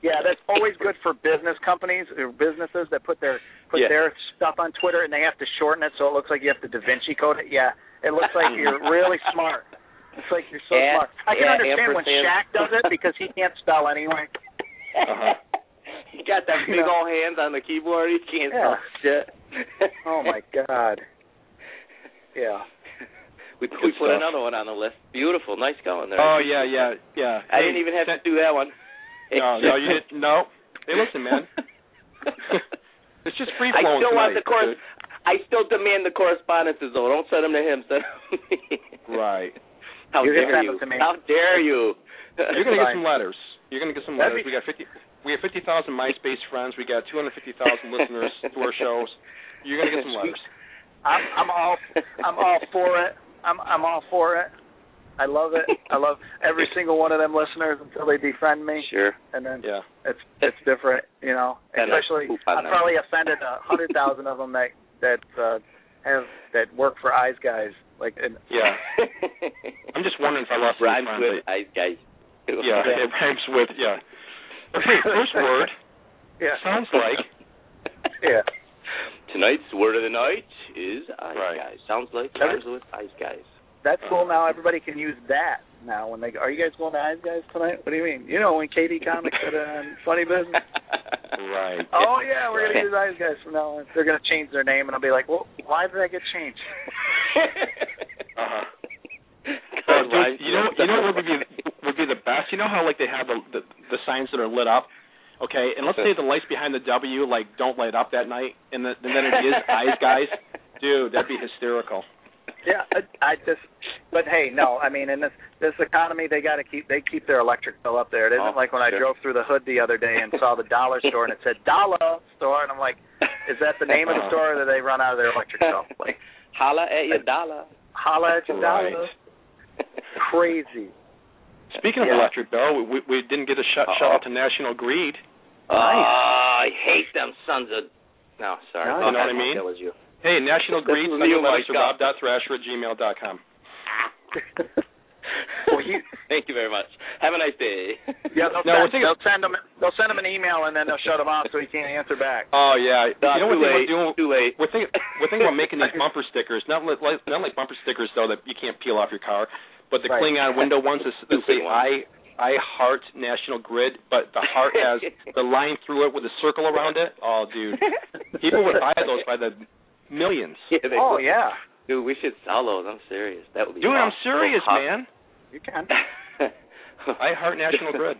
S4: yeah, that's always good for business companies or businesses that put their put
S3: Yeah.
S4: their stuff on Twitter and they have to shorten it so it looks like you have to Da Vinci code it. Yeah, it looks like you're really smart. It's like you're so
S3: Yeah,
S4: smart. I can
S3: yeah,
S4: understand when
S3: ampersand.
S4: Shaq does it because he can't spell anyway.
S2: Uh-huh.
S3: [laughs] you got that big old hands on the keyboard. You can't
S4: Yeah.
S3: spell
S2: [laughs]
S3: shit.
S4: Oh my God. Yeah.
S3: We, we put
S2: stuff.
S3: another one on the list. Beautiful, nice going there.
S2: Oh yeah, yeah, yeah.
S3: I didn't even have to do that one.
S2: [laughs] No, no,
S3: [laughs]
S2: you didn't. No. Hey, listen, man. it's just free
S3: I
S2: flowing.
S3: still want the
S2: tonight,
S3: corn.
S2: dude.
S3: I still demand the correspondences, though. Don't send them to him. Send them to me.
S2: Right.
S3: How
S4: You're gonna
S3: dare
S4: send
S3: you?
S4: them to me.
S3: How dare you?
S2: You're
S3: [laughs]
S2: gonna get
S4: Right.
S2: some letters. You're gonna get some
S4: That'd
S2: letters. We
S4: be-
S2: got fifty. We have fifty thousand MySpace friends. We got two hundred fifty thousand listeners to our shows. You're gonna get some letters.
S4: I'm I'm all I'm all for it. I'm I'm all for it. I love it. I love every single one of them listeners until they defriend me,
S3: [laughs] Sure.
S4: and then
S2: Yeah.
S4: it's it's different, you know.
S3: And a
S4: Especially,
S3: poop on
S4: I've
S3: them.
S4: probably offended a hundred thousand of them that that uh, have that work for eyes guys. Like, and
S3: [laughs]
S2: Yeah. I'm just wondering if I lost any
S3: Rhymes
S2: friends.
S3: with ice
S2: Yeah.
S3: guy. [laughs]
S2: It rhymes with yeah. Okay. First word
S4: yeah,
S2: sounds like
S4: yeah.
S3: Tonight's word of the night is ice
S2: Right.
S3: guys. Sounds like
S4: Every-
S3: rhymes with ice guys.
S4: That's cool. Now everybody can use that. Now, when they go, are you guys going to eyes guys tonight? What do you mean? You know, when KD Comics did um, Funny Business.
S3: [laughs]
S2: right.
S4: Oh yeah, we're gonna use eyes guys from now on. They're gonna change their name, and I'll be like, well, why did I get
S2: [laughs]
S4: changed? [laughs]
S3: [laughs]
S2: Uh-huh.
S3: God,
S2: Well, uh,
S3: rhymes
S2: dude, you know,
S3: with
S2: you know what would be
S3: [laughs]
S2: would be the best. You know how like they have the the, the signs that are lit up, okay? And let's say the lights behind the W like don't light up that night, and, the, and then it is eyes,
S3: [laughs]
S2: guys. Dude, that'd be hysterical.
S4: Yeah, I, I just. But hey, no, I mean, in this this economy, they got to keep they keep their electric bill up there. It isn't
S3: Oh,
S4: like when I
S3: sure.
S4: drove through the hood the other day and saw the dollar store and it said dollar store, and I'm like, is that the name of the store or do they run out of their electric bill?
S3: [laughs]
S4: Like,
S3: Holla at
S2: [laughs]
S3: your dollar.
S4: holla at your
S2: Right.
S4: dollar. Crazy. [laughs]
S2: Speaking of
S4: Yeah.
S2: electric bill, we we didn't get a shut
S3: Uh-oh.
S2: shout out to National Greed.
S3: Oh, I hate them sons of. No, sorry. Go
S4: No, you
S3: ahead,
S2: know what I
S3: Mark,
S2: mean?
S3: That
S2: [laughs]
S3: was you.
S2: Hey, National
S3: This
S2: Greed,
S3: is
S2: send your
S3: Leo
S2: letters to
S3: Mike
S2: rob
S3: Goff.
S2: dot thrasher at gmail dot com.
S4: Well, you-
S3: Thank you very much. Have a nice day. [laughs]
S4: Yeah, they'll,
S2: No, we're thinking-
S4: send, they'll send them they'll send them an email and then they'll shut them off so he can't answer back.
S2: Oh yeah,
S3: No,
S2: you know what
S3: too
S2: they
S3: late.
S2: want to do?
S3: too late.
S2: We're thinking we're thinking about making these bumper stickers, not like like- not like bumper stickers though that you can't peel off your car, but the
S4: Right.
S2: Klingon window ones that, that say
S3: Stupid
S2: I
S3: ones.
S2: I heart National Grid, but the heart
S3: [laughs]
S2: has the line through it with a circle around it. Oh, dude, [laughs] people would buy those by the millions.
S3: Yeah, they
S4: Oh
S3: would.
S4: yeah,
S3: Dude, we should sell those. I'm serious. That would be.
S2: Dude, I'm
S3: awesome.
S2: serious,
S3: Hot. [laughs]
S2: man.
S4: you can.
S2: I heart National
S3: [laughs]
S2: Grid.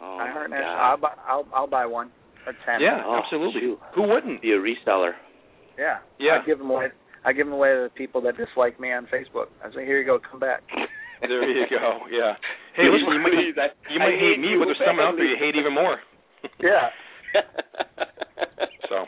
S3: Oh,
S4: I heard
S3: my
S4: that.
S3: God.
S4: I'll buy I'll, I'll buy one or ten.
S2: Yeah,
S3: Oh,
S2: absolutely.
S3: shoot.
S2: Who wouldn't?
S3: Be a reseller.
S4: yeah.
S2: Yeah,
S4: I give them away. I give them away to the people that dislike me on Facebook. I say, here you go, come back.
S2: [laughs] there you go. [laughs] Yeah. Hey, listen, you might
S3: Please, I-
S2: you
S3: I
S2: might hate me with
S3: you.
S2: there's someone else that you hate even more.
S4: Yeah.
S3: [laughs]
S2: So.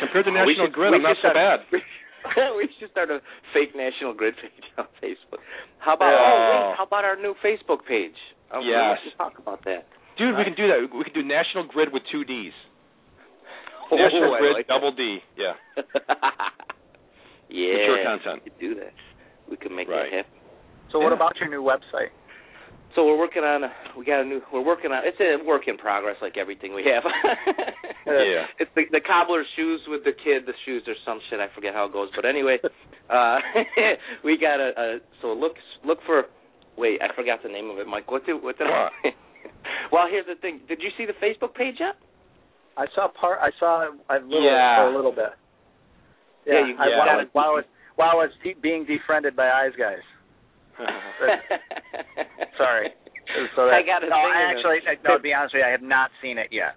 S2: Compared to National
S3: Oh, We should-
S2: Grid,
S3: we
S2: I'm not
S3: should
S2: so
S3: start-
S2: bad.
S3: [laughs] we should start a fake National Grid page on Facebook. How about
S2: Yeah.
S3: oh, wait, how about our new Facebook page? Oh,
S2: Yes.
S3: We should talk about that.
S2: Dude, we
S3: Right.
S2: can do that. We can do National Grid with two D's.
S3: Oh,
S2: [laughs] National
S3: I
S2: Grid
S3: like that.
S2: double D. Yeah.
S3: [laughs] yeah.
S2: Mature [laughs] content.
S3: We could do that. We could make
S2: Right.
S3: that happen.
S4: So what
S2: Yeah.
S4: about your new website?
S3: So we're working on a, we got a new we're working on it's a work in progress like everything we have.
S2: Yeah.
S3: It's the the cobbler's shoes with the kid, the shoes or some shit, I forget how it goes. But anyway, uh [laughs] we got a, a so look look for wait, I forgot the name of it, Mike. What did what did I [laughs] Well here's the thing. Did you see the Facebook page yet?
S4: I saw part. I saw I little
S2: Yeah.
S4: a little bit.
S3: Yeah, you-
S4: I,
S2: yeah.
S4: While, I was- while I was while I was de- being defriended by eyes guys.
S2: Uh-huh.
S3: [laughs]
S4: Sorry. So that,
S3: I got a
S4: no,
S3: thing in
S4: I
S3: there.
S4: actually, I, no, to be honest with you, I have not seen it yet.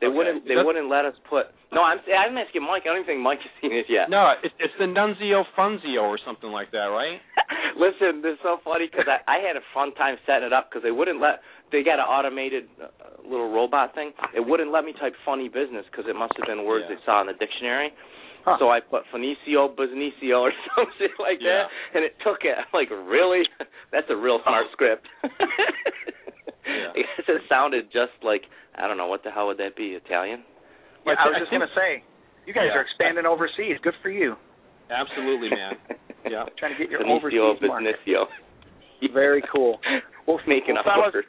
S3: They
S2: Okay.
S3: wouldn't. They
S2: That's-
S3: wouldn't let us put. No, I'm. I'm asking Mike. I don't even think Mike has seen it yet.
S2: no, it, it's the Nunzio Funzio or something like that, right?
S3: [laughs] Listen, this is so funny because I, I had a fun time setting it up because they wouldn't let. They got an automated uh, little robot thing. It wouldn't let me type funny business because it must have been words
S2: Yeah.
S3: they saw in the dictionary.
S4: Huh.
S3: So I put Fenicio, Businessio, or [laughs] some shit like
S2: Yeah.
S3: that, and it took it. I'm like, really? [laughs] That's a real smart script. [laughs] I guess it sounded just like I don't know what the hell would that be? Italian?
S4: Yeah, I was
S2: I
S4: just
S2: think-
S4: gonna say, you guys
S2: Yeah.
S4: are expanding overseas. Good for you.
S2: Absolutely, man. [laughs]
S3: [laughs]
S2: Yeah.
S4: Trying to get your
S3: Benicio,
S4: overseas market.
S3: Benicio. [laughs]
S4: Very cool. Well,
S3: Making
S4: well,
S3: up
S4: fellas,
S3: words.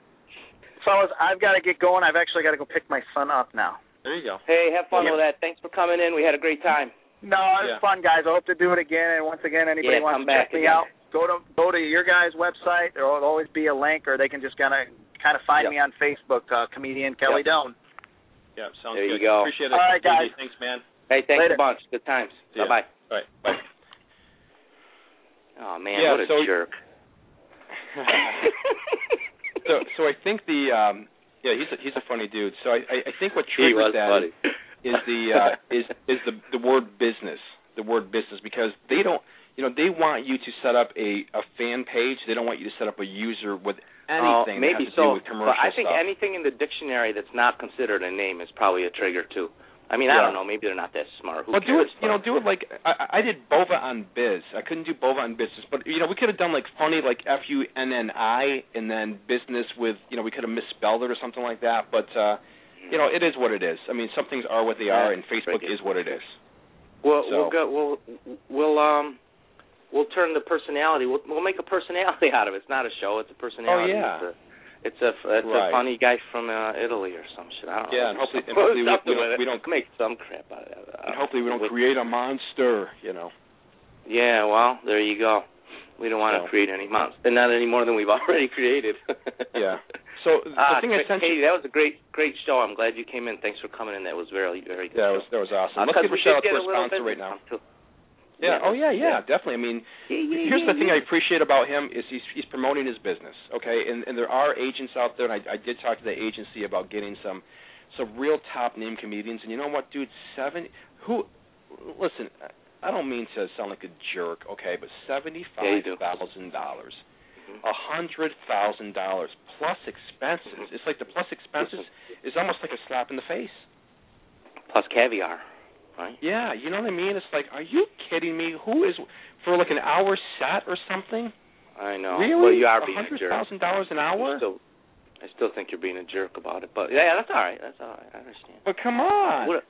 S4: fellas, I've got to get going. I've actually got to go pick my son up now.
S2: There you go.
S3: Hey, have fun
S4: Yeah.
S3: with that. Thanks for coming in. We had a great time.
S4: No, it was
S2: Yeah.
S4: fun, guys. I hope to do it again. And once again, anybody
S3: Yeah,
S4: wants
S3: come
S4: to
S3: back
S4: check me
S3: again.
S4: out, go to go to your guys' website. There will always be a link, or they can just kind of kind of find
S3: Yep.
S4: me on Facebook, uh, comedian Kelly
S3: Yep.
S4: Doan.
S2: Yeah, sounds
S3: There you
S2: good.
S3: go.
S2: Appreciate it.
S4: All right, guys.
S2: Thanks, man.
S3: Hey, thanks a
S4: Later.
S3: bunch. Good times.
S2: See ya.
S3: Bye bye.
S2: All right. [laughs] Bye.
S3: Oh man,
S2: Yeah,
S3: what a
S2: so-
S3: jerk.
S2: [laughs] so, so I think the um, yeah, he's a, he's a funny dude. So I, I, I think what
S3: he
S2: triggered
S3: was
S2: that
S3: funny.
S2: is the uh, is is the the word business, the word business, because they don't, you know, they want you to set up a a fan page. They don't want you to set up a user with
S3: Oh,
S2: anything that
S3: maybe
S2: has to do
S3: so,
S2: with commercial
S3: but I think
S2: stuff.
S3: anything in the dictionary that's not considered a name is probably a trigger too. I mean, I
S2: Yeah.
S3: don't know. Maybe they're not that smart. Who
S2: Well, do
S3: cares?
S2: it. You know, do it like I, I did Bova on Biz. I couldn't do Bova on Business, but you know, we could have done like funny, like F U N N I, and then business with you know, we could have misspelled it or something like that. But uh you know, it is what it is. I mean, some things are what they are, and Facebook is what it is.
S3: We'll
S2: So-
S3: we'll go we'll we'll um we'll turn the personality we'll we'll make a personality [laughs] out of it. It's not a show, it's a personality.
S2: Oh, yeah.
S3: It's a it's a, it's
S2: Right.
S3: a funny guy from uh, Italy or some shit. I don't
S2: Yeah,
S3: know.
S2: and hopefully- and
S3: We'll
S2: hopefully we-
S3: something
S2: we don't-
S3: with it.
S2: we don't-
S3: [laughs] make some crap out of it.
S2: And hopefully, we don't
S3: With-
S2: create a monster. You know.
S3: Yeah, well, there you go. We don't want to
S2: So.
S3: create any monsters. And not any more than we've [laughs] already created. [laughs]
S2: Yeah. So the
S3: Ah,
S2: thing I
S3: Cra-
S2: sent you-
S3: Katie, that was a great great show. I'm glad you came in. Thanks for coming in. That was very very good.
S2: that was that was awesome. Let's give a
S3: we
S2: shout out
S3: did
S2: to our
S3: get a little
S2: sponsor
S3: business
S2: right now.
S3: come, too.
S2: Yeah. Oh yeah, yeah,
S3: Yeah.
S2: definitely. I mean,
S3: Yeah, yeah,
S2: here's
S3: yeah,
S2: the thing I
S3: yeah.
S2: appreciate about him is he's he's promoting his business. Okay, and and there are agents out there, and I, I did talk to the agency about getting some some real top name comedians. And you know what, dude, seven who listen. I don't mean to sound like a jerk, okay, but seventy
S3: Yeah, you
S2: five
S3: do.
S2: thousand dollars,
S3: Mhm.
S2: a hundred thousand dollars plus expenses. It's like the plus expenses is almost like a slap in the face.
S3: plus caviar, right?
S2: Yeah, you know what I mean? It's like, are you kidding me? Who is for like an hour set or something?
S3: I know.
S2: Really?
S3: Well, you are being a
S2: hundred
S3: jerk.
S2: thousand dollars an hour?
S3: I still, I still think you're being a jerk about it, but yeah, that's all right. That's all right. I understand.
S2: But come on.
S3: What,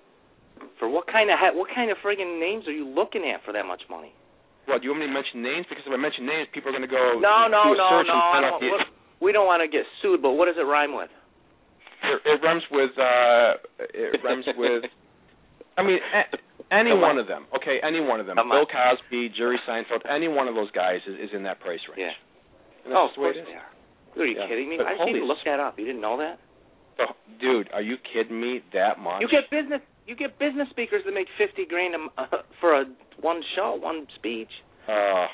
S3: for what kind of ha- what kind of friggin' names are you looking at for that much money?
S2: What, do you want me to mention names? Because if I mention names, people are going to go
S3: no,
S2: Oh,
S3: no,
S2: do a
S3: no,
S2: search and
S3: no. I
S2: find out
S3: don't,
S2: the,
S3: what, we don't want to get sued, but what does it rhyme with?
S2: it, it rhymes with. uh It rhymes with. I mean, a, any
S3: Come
S2: one of
S3: on.
S2: them. Okay, any one of them.
S3: Come
S2: Bill
S3: on.
S2: Cosby, Jerry Seinfeld, any one of those guys is, is in that price range.
S3: Yeah.
S2: And
S3: oh,
S2: that's
S3: of
S2: the way it
S3: course
S2: is.
S3: they are. Are you
S2: Yeah.
S3: kidding me?
S2: But
S3: I just
S2: holy
S3: need to look that up. You didn't know that?
S2: Oh, dude, are you kidding me? That much?
S3: You get business. You get business speakers that make fifty grand a m- [laughs] for a one show, one speech.
S2: Uh,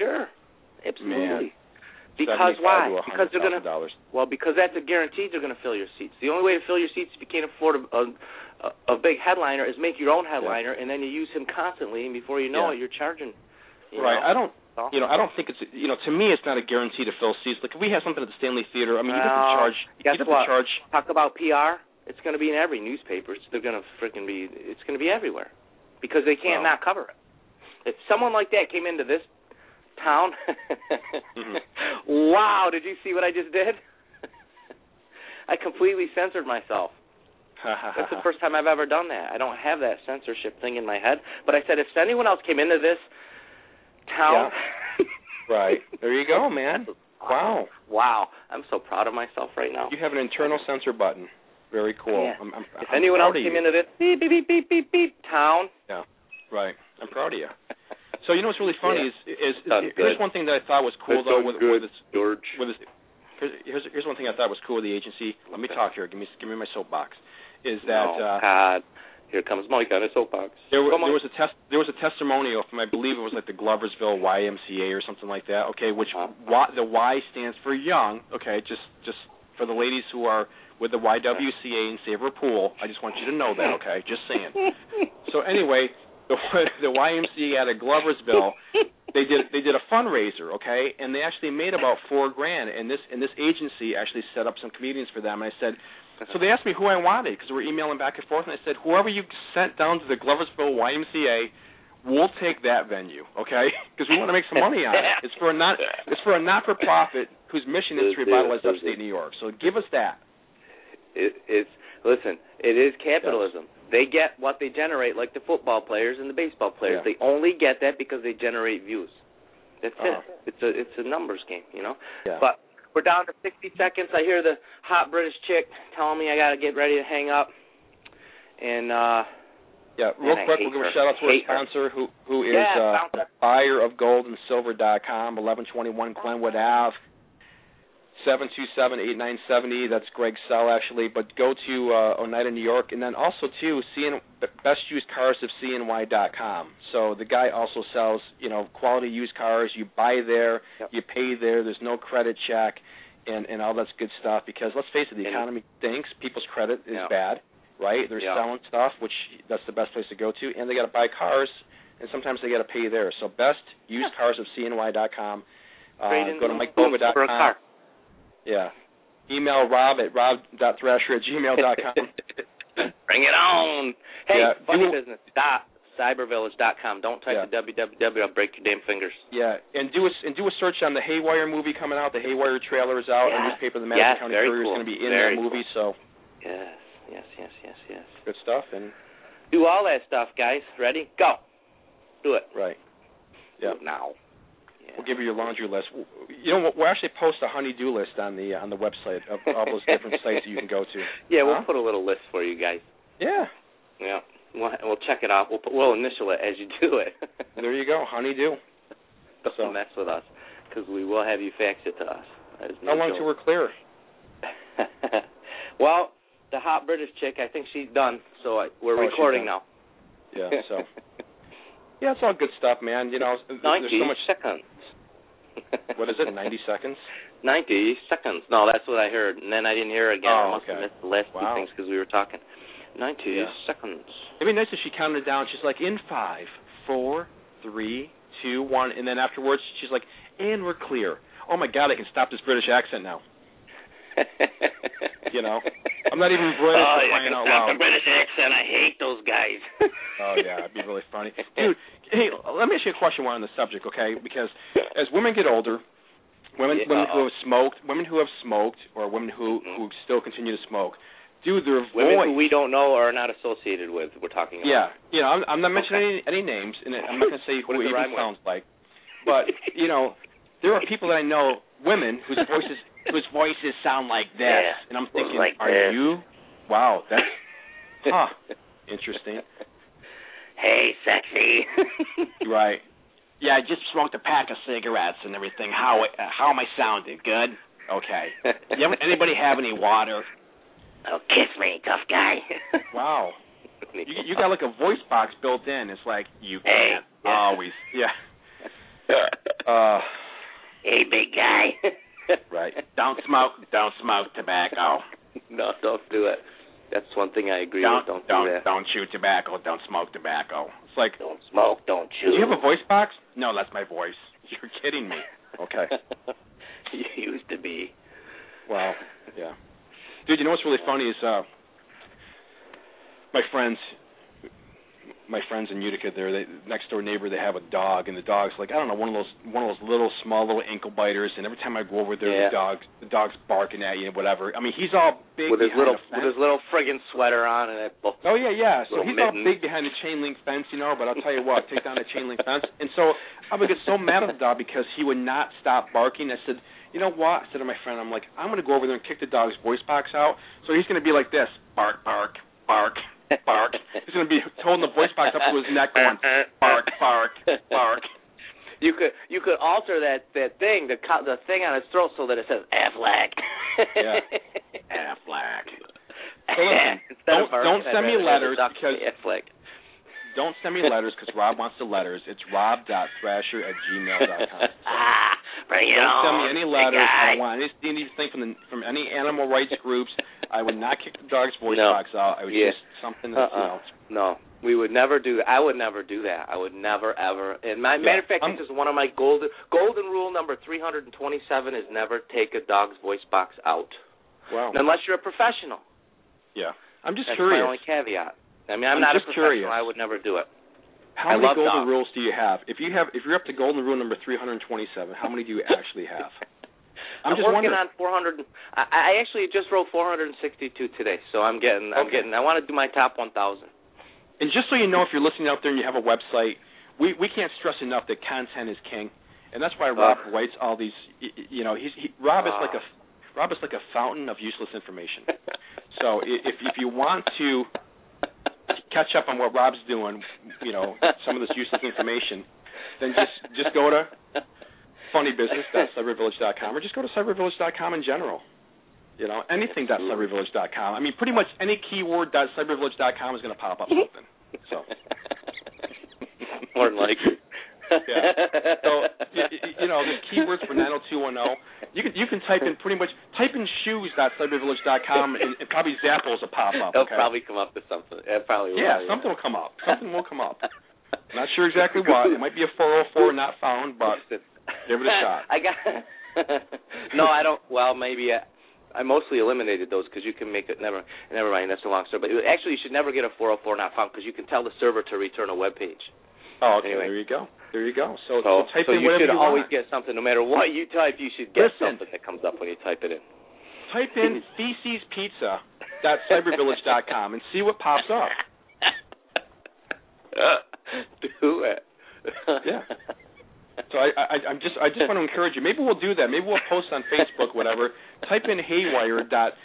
S3: Sure, absolutely.
S2: Man.
S3: Because why?
S2: 75 to
S3: Because they're gonna
S2: $100,000.
S3: Well, because that's a guaranteed they're going to fill your seats. The only way to fill your seats if you can't afford a a, a big headliner is make your own headliner, and then you use him constantly, and before you know
S2: Yeah.
S3: it, you're charging. You
S2: Right.
S3: Know?
S2: I don't. You know, I don't think it's. You know, to me, it's not a guarantee to fill seats. Like if we have something at the Stanley Theater, I mean, you have
S3: Well,
S2: to charge.
S3: guess
S2: you have
S3: what?
S2: to charge. [laughs]
S3: Talk about PR. It's going to be in every newspaper. It's, they're going to freaking be. It's going to be everywhere because they can't
S2: Well.
S3: not cover it. If someone like that came into this town,
S2: Mhm.
S3: [laughs] wow! Did you see what I just did? [laughs] I completely censored myself. That's
S2: Uh-huh.
S3: the first time I've ever done that. I don't have that censorship thing in my head. But I said if anyone else came into this [laughs] town, [laughs]
S2: right. There you go, man. Wow.
S3: wow, I'm so proud of myself right now.
S2: You have an internal censor button. Very cool.
S3: Yeah.
S2: I'm, I'm,
S3: if
S2: I'm
S3: anyone
S2: proud
S3: else
S2: of
S3: came
S2: you.
S3: into this beep beep beep beep beep beep town,
S2: Right. I'm proud of you. So you know what's really funny
S3: Yeah.
S2: is is, is
S3: Sounds
S2: here's
S3: good.
S2: one thing that I thought was cool
S3: That
S2: though
S3: sounds
S2: with,
S3: good.
S2: with this
S3: George.
S2: with this, here's, here's here's one thing I thought was cool with the agency. Let me talk here. Give me give me my soapbox. Is that
S3: no,
S2: uh,
S3: God, here comes Mike on his soapbox.
S2: There, wa-
S3: Come on.
S2: there was a test. There was a testimonial from I believe it was like the Gloversville YMCA or something like that. Okay, which
S3: Wow.
S2: y, the Y stands for young. Okay, just just for the ladies who are with the YWCA and Save Her Pool, I just want you to know that. Okay, just saying.
S3: [laughs]
S2: so anyway, the [laughs] Y- the YMCA out of Gloversville, they did they did a fundraiser. Okay, and they actually made about four grand. And this and this agency actually set up some comedians for them. And I said, so they asked me who I wanted because we're emailing back and forth, and I said, whoever you sent down to the Gloversville YMCA, we'll take that venue, okay? [laughs] Because we want to make some money
S3: [laughs]
S2: on it. It's for a not it's for a not for profit whose mission is to revitalize upstate New York. So give us that.
S3: [laughs] It, it's listen. It is capitalism. They get what they generate, like the football players and the baseball players.
S2: Yeah.
S3: They only get that because they generate views. That's
S2: Uh-huh.
S3: it. It's a it's a numbers game, you know.
S2: Yeah.
S3: But we're down to 60 seconds. I hear the hot British chick telling me I got to get ready to hang up. And uh
S2: Yeah, real
S3: Man, I
S2: quick,
S3: hate
S2: we'll give
S3: her.
S2: a shout out to our
S3: Hate her.
S2: sponsor who who is
S3: Yeah,
S2: uh,
S3: sponsor.
S2: buyer of gold and silver dot com, eleven twenty one Glenwood Ave, seven two seven eight nine seventy. That's Greg Sell actually, but go to uh, Oneida, New York, and then also to CN, best used cars of CNY dot com. So the guy also sells you know quality used cars. You buy there,
S3: Yep.
S2: you pay there. There's no credit check, and and all that's good stuff because let's face it, the
S3: And-
S2: economy stinks. People's credit is
S3: Yeah.
S2: bad, right? They're
S3: Yeah.
S2: selling stuff, which that's the best place to go to, and they got to buy cars, and sometimes they got to pay there. So best used cars of cny.com. Uh,
S3: Trade in
S2: go to
S3: the
S2: mikeboomba dot
S3: for a
S2: com.
S3: car.
S2: Yeah. Email Rob at rob.thrasher at gmail dot com.
S3: [laughs] Bring it on. Hey,
S2: Yeah,
S3: funny
S2: do-
S3: business. Dot cybervillage.com. Don't type
S2: Yeah.
S3: the www. I'll break your damn fingers.
S2: Yeah, and do a and do a search on the Haywire movie coming out. The Haywire trailer is out.
S3: Yeah.
S2: A newspaper, the Madison
S3: Yes,
S2: County
S3: very
S2: Courier,
S3: cool.
S2: is going to be in
S3: Very
S2: that movie. So
S3: Yes, yes, yes, yes, yes.
S2: good stuff. And
S3: Do all that stuff, guys. Ready? Go. Do it.
S2: right, Yeah.
S3: Do it now. Yeah.
S2: we'll give you your laundry list. W- You know, we'll- we'll actually post a honey-do list on the on the website of all those
S3: [laughs]
S2: different sites that you can go to.
S3: Yeah, we'll
S2: Huh?
S3: put a little list for you guys.
S2: Yeah,
S3: Yeah, we'll, we'll check it out. We'll put, we'll initial it as you do it. [laughs]
S2: there you go, honey-do.
S3: Don't
S2: So-
S3: mess with us, because we will have you fax it to us. That is no
S2: How long till
S3: joke.
S2: we're clear?
S3: [laughs] well, the hot British chick, I think she's done. So I, we're
S2: Oh, she's
S3: recording
S2: done.
S3: now.
S2: Yeah, so
S3: [laughs]
S2: yeah, it's all good stuff, man. You know, [laughs] there's
S3: ninety
S2: so much.
S3: seconds.
S2: What is it? Ninety seconds?
S3: [laughs] Ninety seconds. No, that's what I heard, and then I didn't hear again. I
S2: Oh,
S3: must have
S2: okay.
S3: missed the last two
S2: Wow.
S3: things because we were talking. Ninety
S2: Yeah.
S3: seconds.
S2: It'd be nice if she counted down. She's like, in five, four, three, two, one, and then afterwards she's like, and we're clear. Oh my God, I can stop this British accent now. [laughs] You know, I'm not even British
S3: Oh,
S2: for
S3: yeah, I
S2: crying
S3: can
S2: out
S3: stop
S2: loud.
S3: the British accent. I hate those guys.
S2: [laughs] Oh yeah,
S3: [laughs]
S2: it'd be really funny, [laughs] dude. Hey, let me ask you a question while on the subject, okay? Because as women get older, women
S3: Yeah,
S2: women who have
S3: uh-oh.
S2: smoked, women who have smoked, or women who
S3: Mhm.
S2: who still continue to smoke, dude, their
S3: Women
S2: voice.
S3: who we don't know or are not associated with. We're talking about.
S2: Yeah, you know, I'm, I'm not mentioning any, any names, and I'm [laughs] not going to say who
S3: What
S2: it
S3: does it
S2: even
S3: rhyme with?
S2: sounds like.
S3: [laughs]
S2: But you know, there are people that I know, women [laughs] whose voices whose voices sound like this,
S3: Yeah,
S2: and I'm thinking,
S3: like
S2: are
S3: this.
S2: you? Wow, that's [laughs] huh, interesting.
S3: Hey,
S2: [laughs]
S3: sexy.
S2: Right. Yeah, I just smoked a pack of cigarettes and everything. How uh, how am I sounding? Good. Okay. You ever- anybody have any water?
S3: Oh, kiss me, tough guy. [laughs]
S2: Wow. You, you got Oh, like a voice box built in. It's like you
S3: Hey,
S2: can't
S3: yeah.
S2: always. Yeah.
S3: [laughs]
S2: Uh.
S3: hey, big guy.
S2: [laughs] Right. Don't smoke. Don't smoke tobacco.
S3: [laughs] No, don't do it. That's one thing I agree
S2: Don't
S3: with. Don't,
S2: don't
S3: do that.
S2: don't chew tobacco. Don't smoke tobacco. It's like,
S3: Don't smoke. Don't
S2: do
S3: chew.
S2: you have a voice box? No, that's my voice. [laughs] You're kidding me. Okay.
S3: [laughs] you used to be.
S2: Wow. Yeah. Dude, you know what's really funny is uh my friends my friends in Utica there, they next door neighbor they have a dog and the dog's like I don't know, one of those one of those little small little ankle biters and every time I go over there
S3: Yeah.
S2: the dog the dog's barking at you and whatever. I mean he's all big
S3: with his
S2: behind
S3: little
S2: a fence.
S3: with his little friggin' sweater on and that [laughs] bull.
S2: Oh yeah, yeah. So he's
S3: Little mitten.
S2: all big behind the chain link fence, you know. But I'll tell you what, take down the chain link fence. And so I would get so mad at the dog because he would not stop barking. I said, you know what? I said to my friend, I'm like, I'm gonna go over there and kick the dog's voice box out. So he's gonna be like this, bark, bark, bark, bark. He's gonna be holding the voice box up to his neck,
S3: [laughs]
S2: going bark, bark, bark.
S3: You could you could alter that that thing the co- the thing on his throat so that it says Affleck. [laughs]
S2: Yeah. ah, Affleck. So listen,
S3: Instead
S2: don't-
S3: of Burke,
S2: don't
S3: I'd
S2: send me
S3: rather have the
S2: letters
S3: Dr.
S2: because-
S3: Affleck.
S2: Don't send me letters because Rob wants the letters. It's rob.thrasher at gmail dot com.
S3: ah, bring
S2: [laughs]
S3: it
S2: Don't
S3: on.
S2: send me any
S3: big
S2: letters. I
S3: guy.
S2: don't want any- anything from the, from any animal rights groups. I would not kick the dog's voice
S3: No.
S2: box out. I would
S3: Yeah.
S2: just something that's you
S3: Uh-uh.
S2: know.
S3: No, we would never do. that. I would never do that. I would never ever. And my
S2: Yeah,
S3: matter of fact,
S2: I'm-
S3: this is one of my golden golden rule number three hundred and twenty seven is never take a dog's voice box out
S2: Wow.
S3: unless you're a professional.
S2: yeah. Oh. I'm just
S3: That's my only
S2: curious.
S3: caveat. I mean, I'm,
S2: I'm
S3: not
S2: just
S3: a professional.
S2: curious.
S3: I would never do it.
S2: How
S3: I
S2: many
S3: love
S2: golden
S3: dogs.
S2: rules do you have? If you have, if you're up to golden rule number 327, how many do you actually
S3: [laughs]
S2: have? I'm, just
S3: working
S2: wondering.
S3: on 400. and- I, I actually just wrote 462 today, so I'm getting. I'm
S2: Okay.
S3: getting. I want to do my top 1,000.
S2: And just so you know, if you're listening out there and you have a website, we we can't stress enough that content is king, and that's why Rob
S3: Ugh.
S2: writes all these. y- y- You know, he's he, Rob is
S3: Ah.
S2: like a Rob is like a fountain of useless information. So i- if if you want to catch up on what Rob's doing, you know, some of this useless information, then just just go to
S3: [laughs]
S2: funnybusiness.cybervillage.com or just go to cybervillage.com in general. You know, anything.cybervillage.com. I mean, pretty much any keyword.cybervillage.com is going to pop up something. So
S3: [laughs] More than likely.
S2: [laughs] Yeah. So you, you know the keywords for 90210. You can you can type in pretty much type in shoes dot com and, and probably Zappos will pop up.
S3: They'll
S2: Okay?
S3: probably come up with something. It probably will.
S2: yeah, something will come up. Something will come up. Not sure exactly what. It might be a 404 not found, but give it a shot.
S3: [laughs] I got. no, I don't. Well, maybe uh, I, I mostly eliminated those because you can make it. Never, never mind. That's a long story. But you- actually, you should never get a 404 not found because you can tell the server to return a web page.
S2: Oh, okay.
S3: Anyway.
S2: There you go. There you go. So,
S3: So,
S2: type
S3: so
S2: in
S3: you
S2: whatever you
S3: should always
S2: want.
S3: get something, no matter what you type. You should get
S2: Listen.
S3: something that comes up when you type it in.
S2: [laughs] type
S3: [laughs]
S2: in feces pizza dot com and see what pops up.
S3: [laughs] Do it. [laughs]
S2: Yeah. So I, I I'm just I just want to encourage you. Maybe we'll do that. Maybe we'll post on Facebook, whatever. Type in haywire dot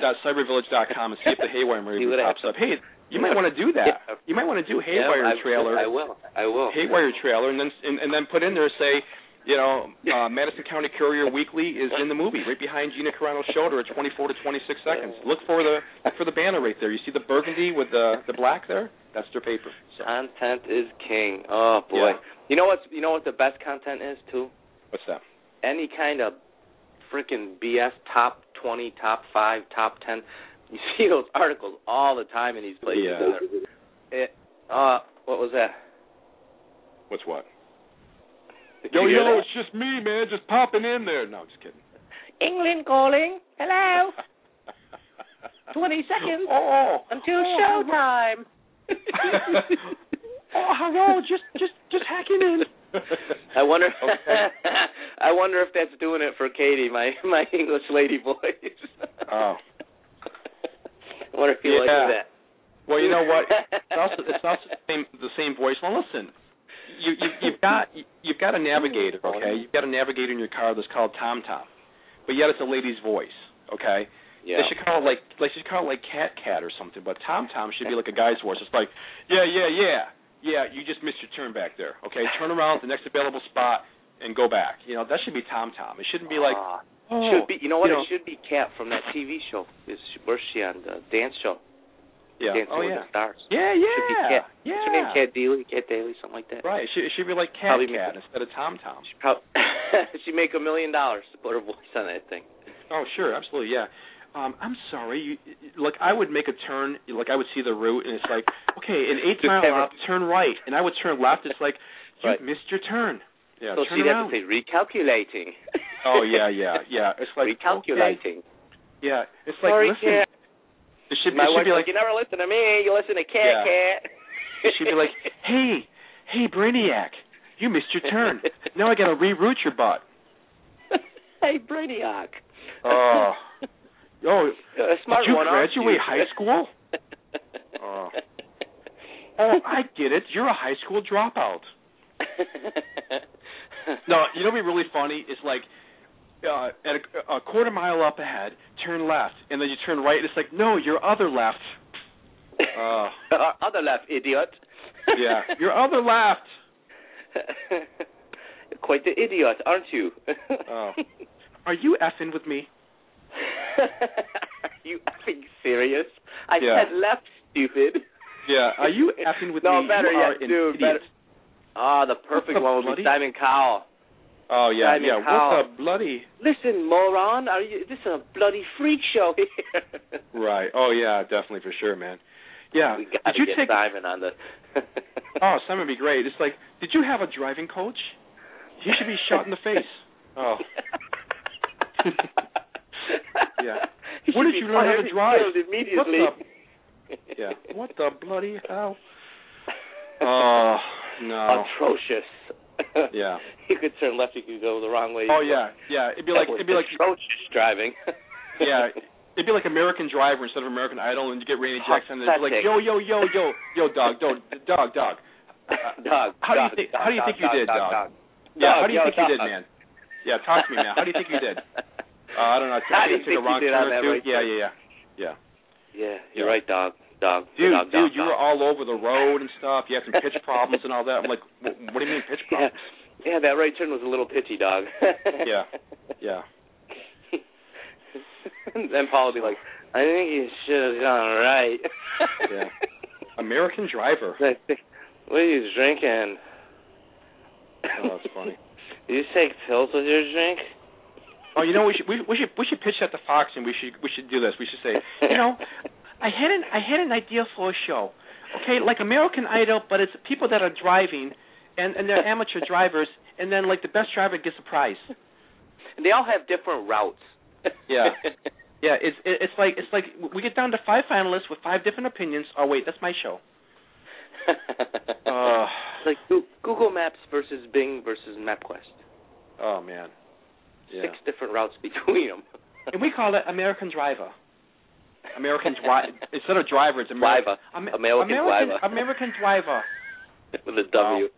S2: dot cybervillage.com and see if the haywire movie
S3: See what
S2: pops up.
S3: happens.
S2: Hey, you might want to do that.
S3: Yeah.
S2: You might want to do haywire
S3: yeah, I,
S2: trailer,
S3: I will. I will.
S2: haywire trailer, and then and, and then put in there say, you know, uh, Madison County Courier Weekly is in the movie right behind Gina Carano's shoulder at 24 to 26 seconds. Look for the look for the banner right there. You see the burgundy with the the black there? That's their paper. So
S3: Content is king. Oh boy.
S2: Yeah.
S3: You know what's you know what the best content is too?
S2: what's that?
S3: Any kind of freaking BS top twenty, top five, top ten. You see those articles all the time in these places.
S2: Yeah.
S3: and they're- It, uh, what was that?
S2: What's what?
S3: Did
S2: Yo
S3: you
S2: yo,
S3: hear that?
S2: it's just me, man, just popping in there. No, just kidding.
S3: England calling.
S2: [laughs]
S3: Hello. Twenty seconds
S2: Oh.
S3: until showtime.
S2: [laughs] oh, hello. Just, just, just hacking in.
S3: [laughs] I wonder.
S2: Okay.
S3: I wonder if that's doing it for Katie, my my English lady voice.
S2: Oh.
S3: [laughs] I wonder if you
S2: Yeah.
S3: like that.
S2: Well, you know what?
S3: [laughs]
S2: It's also, it's also the same, the same voice. Well, listen. You, you, you've got, you, you've got a navigator, okay? You've got a navigator in your car that's called TomTom, but yet it's a lady's voice, okay?
S3: yeah.
S2: They should call it like, like, they should call it like Cat Cat or something. But TomTom should be like a guy's voice. It's like, yeah, yeah, yeah, yeah. You just missed your turn back there. Okay, turn around at the next available spot and go back. You know that should be TomTom. It shouldn't be like.
S3: Ah.
S2: Oh,
S3: should be. You know what?
S2: you know-
S3: it should be Kat from that TV show. Is she, where's she on the dance show?
S2: Yeah.
S3: Dancing
S2: oh
S3: with
S2: yeah.
S3: the Stars.
S2: Yeah,
S3: be
S2: yeah.
S3: Kat.
S2: Yeah.
S3: What's her name? Kat Daly. Kat Daly, something like that.
S2: Right. It should, it should be like Cat
S3: Probably
S2: Cat
S3: make-
S2: instead of Tom Tom.
S3: She probably [laughs] she make a million dollars to put her voice on that thing.
S2: Oh sure, absolutely, yeah. Um, I'm sorry. You, you- like I would make a turn. Like I would see the route, and it's like, okay, an eight
S3: Just
S2: mile
S3: have her-
S2: left, turn right, and I would turn left. It's
S3: [laughs]
S2: like you
S3: Right.
S2: missed your turn. Yeah.
S3: so
S2: turn
S3: she'd
S2: around.
S3: have to say recalculating.
S2: [laughs] Oh
S3: [laughs]
S2: yeah, yeah, yeah. It's like okay,
S3: recalculating.
S2: yeah, it's like
S3: Sorry,
S2: listen.
S3: Kat.
S2: It should,
S3: My
S2: it should
S3: wife's
S2: be like
S3: you never listen to me. You listen to Cat
S2: Yeah.
S3: Cat.
S2: it should be
S3: [laughs]
S2: like, hey, hey, Brainiac, you missed your
S3: [laughs]
S2: turn. Now I got to reroute your butt.
S3: hey, Brainiac.
S2: Oh. [laughs] Oh,
S3: a smart
S2: did you
S3: one. aren't
S2: graduate
S3: you?
S2: high
S3: [laughs]
S2: school? Oh. Oh, I get it. You're a high school dropout. No, you know what'd be really funny? It's like uh, at a, a quarter mile up ahead, turn left, and then you turn right, and it's like, no, your other left. Oh.
S3: Uh, Other left, idiot.
S2: [laughs] Yeah, your other left.
S3: [laughs] Quite the idiot, aren't you?
S2: Oh. Are you effing with me?
S3: Are [laughs] you effing serious? I
S2: Yeah.
S3: said left, stupid.
S2: Yeah, are you effing with
S3: no,
S2: me?
S3: better
S2: you are
S3: yet,
S2: an
S3: dude.
S2: idiot.
S3: Better. Ah, the perfect
S2: What the
S3: one would
S2: bloody-
S3: be Simon Cowell.
S2: Oh yeah,
S3: Simon
S2: yeah.
S3: Cowell.
S2: What the bloody
S3: Listen, moron, are you? This is a bloody freak show here.
S2: right? Oh yeah, definitely for sure, man. Yeah.
S3: [laughs] We
S2: Did
S3: gotta
S2: you
S3: get
S2: take?
S3: Simon on [laughs] the.
S2: [laughs] Oh, Simon would be great. It's like, did you have a driving coach? He should be shot
S3: [laughs]
S2: in the face. Oh, Yeah.
S3: He
S2: Where did
S3: should be
S2: you learn how to
S3: fired,
S2: drive?
S3: killed Immediately.
S2: What
S3: [laughs]
S2: yeah. What the bloody hell? Oh no.
S3: Atrocious. [laughs]
S2: Yeah.
S3: You could turn left. You could go the wrong way.
S2: Oh yeah, yeah. It'd be like it'd be like
S3: atrocious driving.
S2: yeah. It'd be like American Driver instead of American Idol, and you get Randy Jackson, and it'd be like,
S3: Pathetic.
S2: yo, yo, yo, yo, yo, dog, dog, dog, dog. Uh,
S3: [laughs] Dog.
S2: How do you
S3: dog,
S2: think?
S3: dog,
S2: How do you think you
S3: dog,
S2: did,
S3: dog? dog.
S2: Yeah. How
S3: Dog,
S2: do you
S3: yo,
S2: think you did,
S3: dog.
S2: man? Yeah. Talk to me now. How do you think you
S3: [laughs]
S2: did? Uh, I don't know. I think
S3: How
S2: I took
S3: do you
S2: the
S3: think you
S2: wrong
S3: did
S2: turn or
S3: on that
S2: two.
S3: right
S2: yeah,
S3: there?
S2: yeah, yeah. Yeah.
S3: Yeah, you're
S2: Yeah.
S3: right, dog. Dog.
S2: Dude,
S3: dog,
S2: dude,
S3: dog,
S2: you
S3: dog.
S2: were all over the road and stuff. You had some pitch problems and all that. I'm like, "Wh- what do you mean
S3: [laughs]
S2: pitch
S3: Yeah.
S2: problems?
S3: yeah, that right turn was a little pitchy, dog.
S2: [laughs] Yeah. Yeah.
S3: [laughs] then Paul would be like, I think you should have done right. [laughs]
S2: Yeah. American Driver.
S3: I think, what are you drinking?
S2: Oh, that's funny.
S3: [laughs] You take pills with your drink?
S2: Oh, you know we should we, we should we should pitch that to Fox and we should we should do this. We should say, you know, I had an I had an idea for a show. Okay, like American Idol, but it's people that are driving and and [laughs] they're amateur drivers and then like the best driver gets a prize.
S3: And [laughs] they all have different routes. [laughs]
S2: Yeah. Yeah, it's it- it's like it's like we get down to five finalists with five different opinions. Oh wait, that's my [laughs] show. Uh,
S3: [laughs] like Goo- Google Maps versus Bing versus MapQuest.
S2: oh man. Yeah.
S3: Six different routes between them.
S2: And we call it American Driver. American
S3: [laughs]
S2: driver instead of driver, it's American.
S3: Driver.
S2: Am- American
S3: American driver.
S2: American driver.
S3: [laughs] with a W.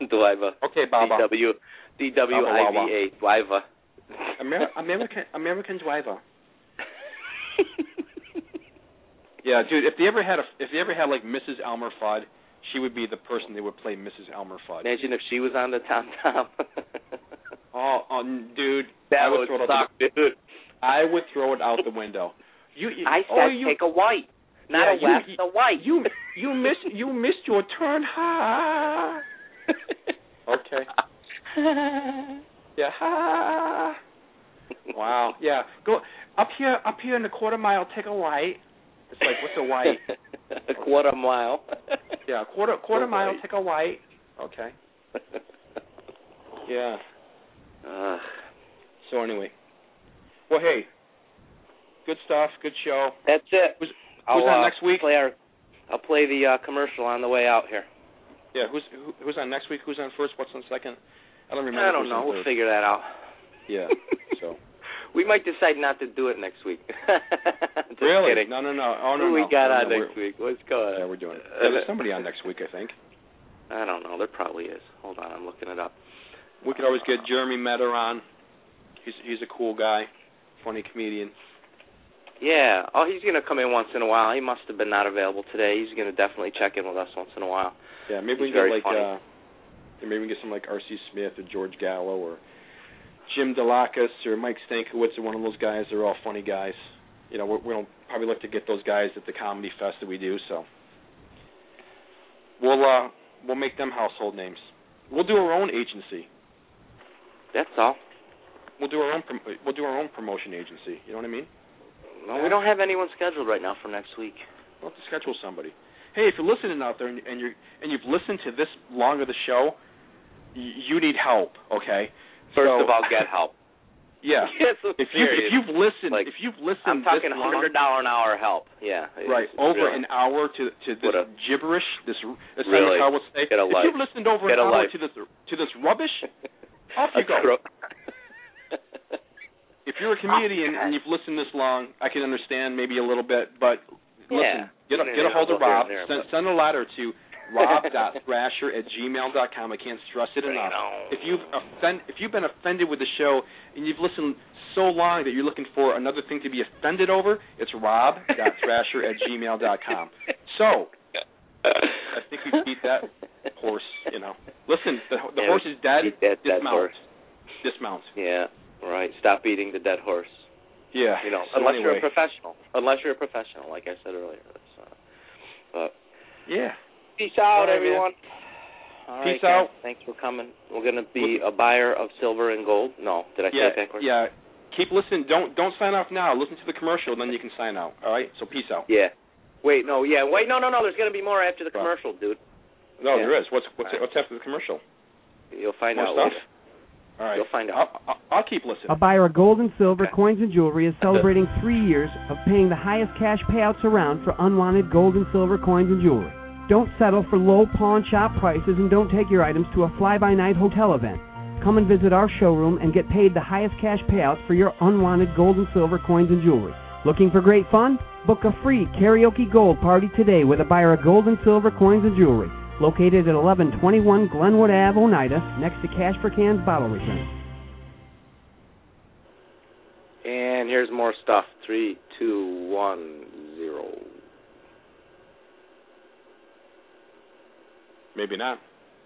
S2: Oh.
S3: Driver.
S2: Okay,
S3: D
S2: Baba.
S3: W D W I V A. Driver.
S2: [laughs] Amer- American American driver. [laughs] Yeah, dude. If they ever had a, if they ever had like Mrs. Elmer Fudd, she would be the person they would play Mrs. Elmer Fudd.
S3: [laughs] Imagine if she was on the Tom Tom.
S2: Oh, oh, n- dude,
S3: [laughs] that
S2: I would
S3: would
S2: throw it out
S3: suck, dude.
S2: the, I would throw it out the window. You, you
S3: I
S2: oh,
S3: said
S2: you,
S3: take a white, not
S2: Yeah,
S3: a
S2: you-
S3: left,
S2: you-
S3: a white. [laughs]
S2: you, [laughs] you missed, you missed your turn. Ha. Okay. Yeah. Ha. Wow. Yeah. Go up here, up here in the quarter mile. Take a light. It's like what's a
S3: [laughs]
S2: white?
S3: a quarter mile. [laughs]
S2: Yeah, quarter quarter
S3: A
S2: mile.
S3: white.
S2: Take a white. Okay. Yeah.
S3: Ugh.
S2: So anyway, well, hey, good stuff, good show.
S3: that's it.
S2: Who's-
S3: I'll,
S2: who's on
S3: uh,
S2: next week?
S3: Play our, I'll play the uh, commercial on the way out here.
S2: Yeah, who's who, who's on next week? Who's on first? What's on second? I don't remember.
S3: I don't
S2: who's
S3: know.
S2: on
S3: We'll
S2: third.
S3: figure that out. [laughs]
S2: Yeah. So
S3: We might decide not to do it next week. [laughs] Just
S2: really?
S3: kidding.
S2: No, no, no. Oh no,
S3: Who we
S2: no.
S3: got
S2: no,
S3: on Uh,
S2: no,
S3: next
S2: we're-
S3: week? What's going on?
S2: Yeah, we're doing it. Yeah, there's somebody on next week, I think.
S3: I don't know. There probably is. Hold on, I'm looking it up.
S2: We could always get Jeremy Metter on. He's he's a cool guy, funny comedian.
S3: Yeah. Oh, he's gonna come in once in a while. He must have been not available today. He's gonna definitely check in with us once in a while.
S2: Yeah, maybe we
S3: He's
S2: can
S3: very
S2: get like
S3: funny.
S2: uh maybe we can get some like R. C. Smith or George Gallo or Jim Delacus or Mike Stankiewicz or one of those guys. They're all funny guys. You know, we're, we'll probably look to get those guys at the comedy fest that we do. So we'll uh we'll make them household names. We'll do our own agency.
S3: That's all.
S2: We'll do our own prom- we'll do our own promotion agency. You know what I mean?
S3: No, we don't have anyone scheduled right now for next week.
S2: We'll have to schedule somebody. Hey, if you're listening out there and, and you're and you've listened to this long of the show, y- you need help. Okay.
S3: First
S2: So-
S3: of all, get [laughs] help.
S2: [laughs] Yeah.
S3: Yes, I'm
S2: If you
S3: serious.
S2: if you've listened
S3: Like,
S2: if you've listened
S3: I'm talking
S2: this long,
S3: hundred dollar an hour help. Yeah. it's
S2: right over
S3: really-
S2: an
S3: [laughs]
S2: hour to to this
S3: What a-
S2: gibberish this as Simon
S3: Really?
S2: Cowell would say
S3: Get a
S2: if
S3: life.
S2: you've listened over
S3: Get
S2: an
S3: a
S2: hour
S3: life.
S2: to this to this rubbish off
S3: A
S2: you go
S3: [laughs] cro-
S2: if you're a comedian and you've listened this long I can understand maybe a little bit but
S3: Yeah.
S2: listen get a,
S3: Yeah,
S2: get a hold of
S3: yeah,
S2: Rob
S3: yeah,
S2: send,
S3: but-
S2: send a letter
S3: [laughs]
S2: to rob.thrasher at gmail dot com. I can't stress it
S3: Bring
S2: enough
S3: it on.
S2: if you've offend if you've been offended with the show and you've listened so long that you're looking for another thing to be offended over, it's
S3: [laughs]
S2: rob.thrasher at gmail dot com. So I think we beat that horse, you know. Listen, the, the
S3: Yeah,
S2: horse is dead.
S3: beat that dead
S2: dismount.
S3: horse.
S2: Dismount.
S3: Yeah. Right. Stop beating the dead horse.
S2: Yeah.
S3: You know,
S2: so
S3: unless
S2: anyway,
S3: you're a professional. Unless you're a professional, like I said earlier. So, but
S2: yeah.
S3: peace
S2: All
S3: out,
S2: right, man.
S3: everyone. All
S2: Peace
S3: guys.
S2: out.
S3: Thanks for coming. We're gonna be a buyer of silver and gold. No, did I say
S2: Yeah.
S3: it backwards?
S2: Yeah. Keep listening. Don't don't sign off now. Listen to the commercial, then you can sign out. All right. So peace out.
S3: Yeah. Wait, no, yeah, wait, no, no, no. There's gonna be more after the
S2: Right.
S3: commercial, dude.
S2: No,
S3: Yeah.
S2: there is. What's what's
S3: All right.
S2: what's after the commercial?
S3: You'll find
S2: More
S3: out
S2: stuff?
S3: later.
S2: All right.
S3: You'll find out.
S2: I'll, I'll, I'll keep listening.
S1: A buyer of gold and silver,
S3: Okay.
S1: coins, and jewelry is celebrating three years of paying the highest cash payouts around for unwanted gold and silver coins and jewelry. Don't settle for low pawn shop prices and don't take your items to a fly by night hotel event. Come and visit our showroom and get paid the highest cash payouts for your unwanted gold and silver coins and jewelry. Looking for great fun? Book a free karaoke gold party today with a buyer of gold and silver coins and jewelry. Located at 1121 Glenwood Ave, Oneida, next to Cash for Cans Bottle Return.
S3: And here's more stuff. Three, two, one, zero.
S2: Maybe not.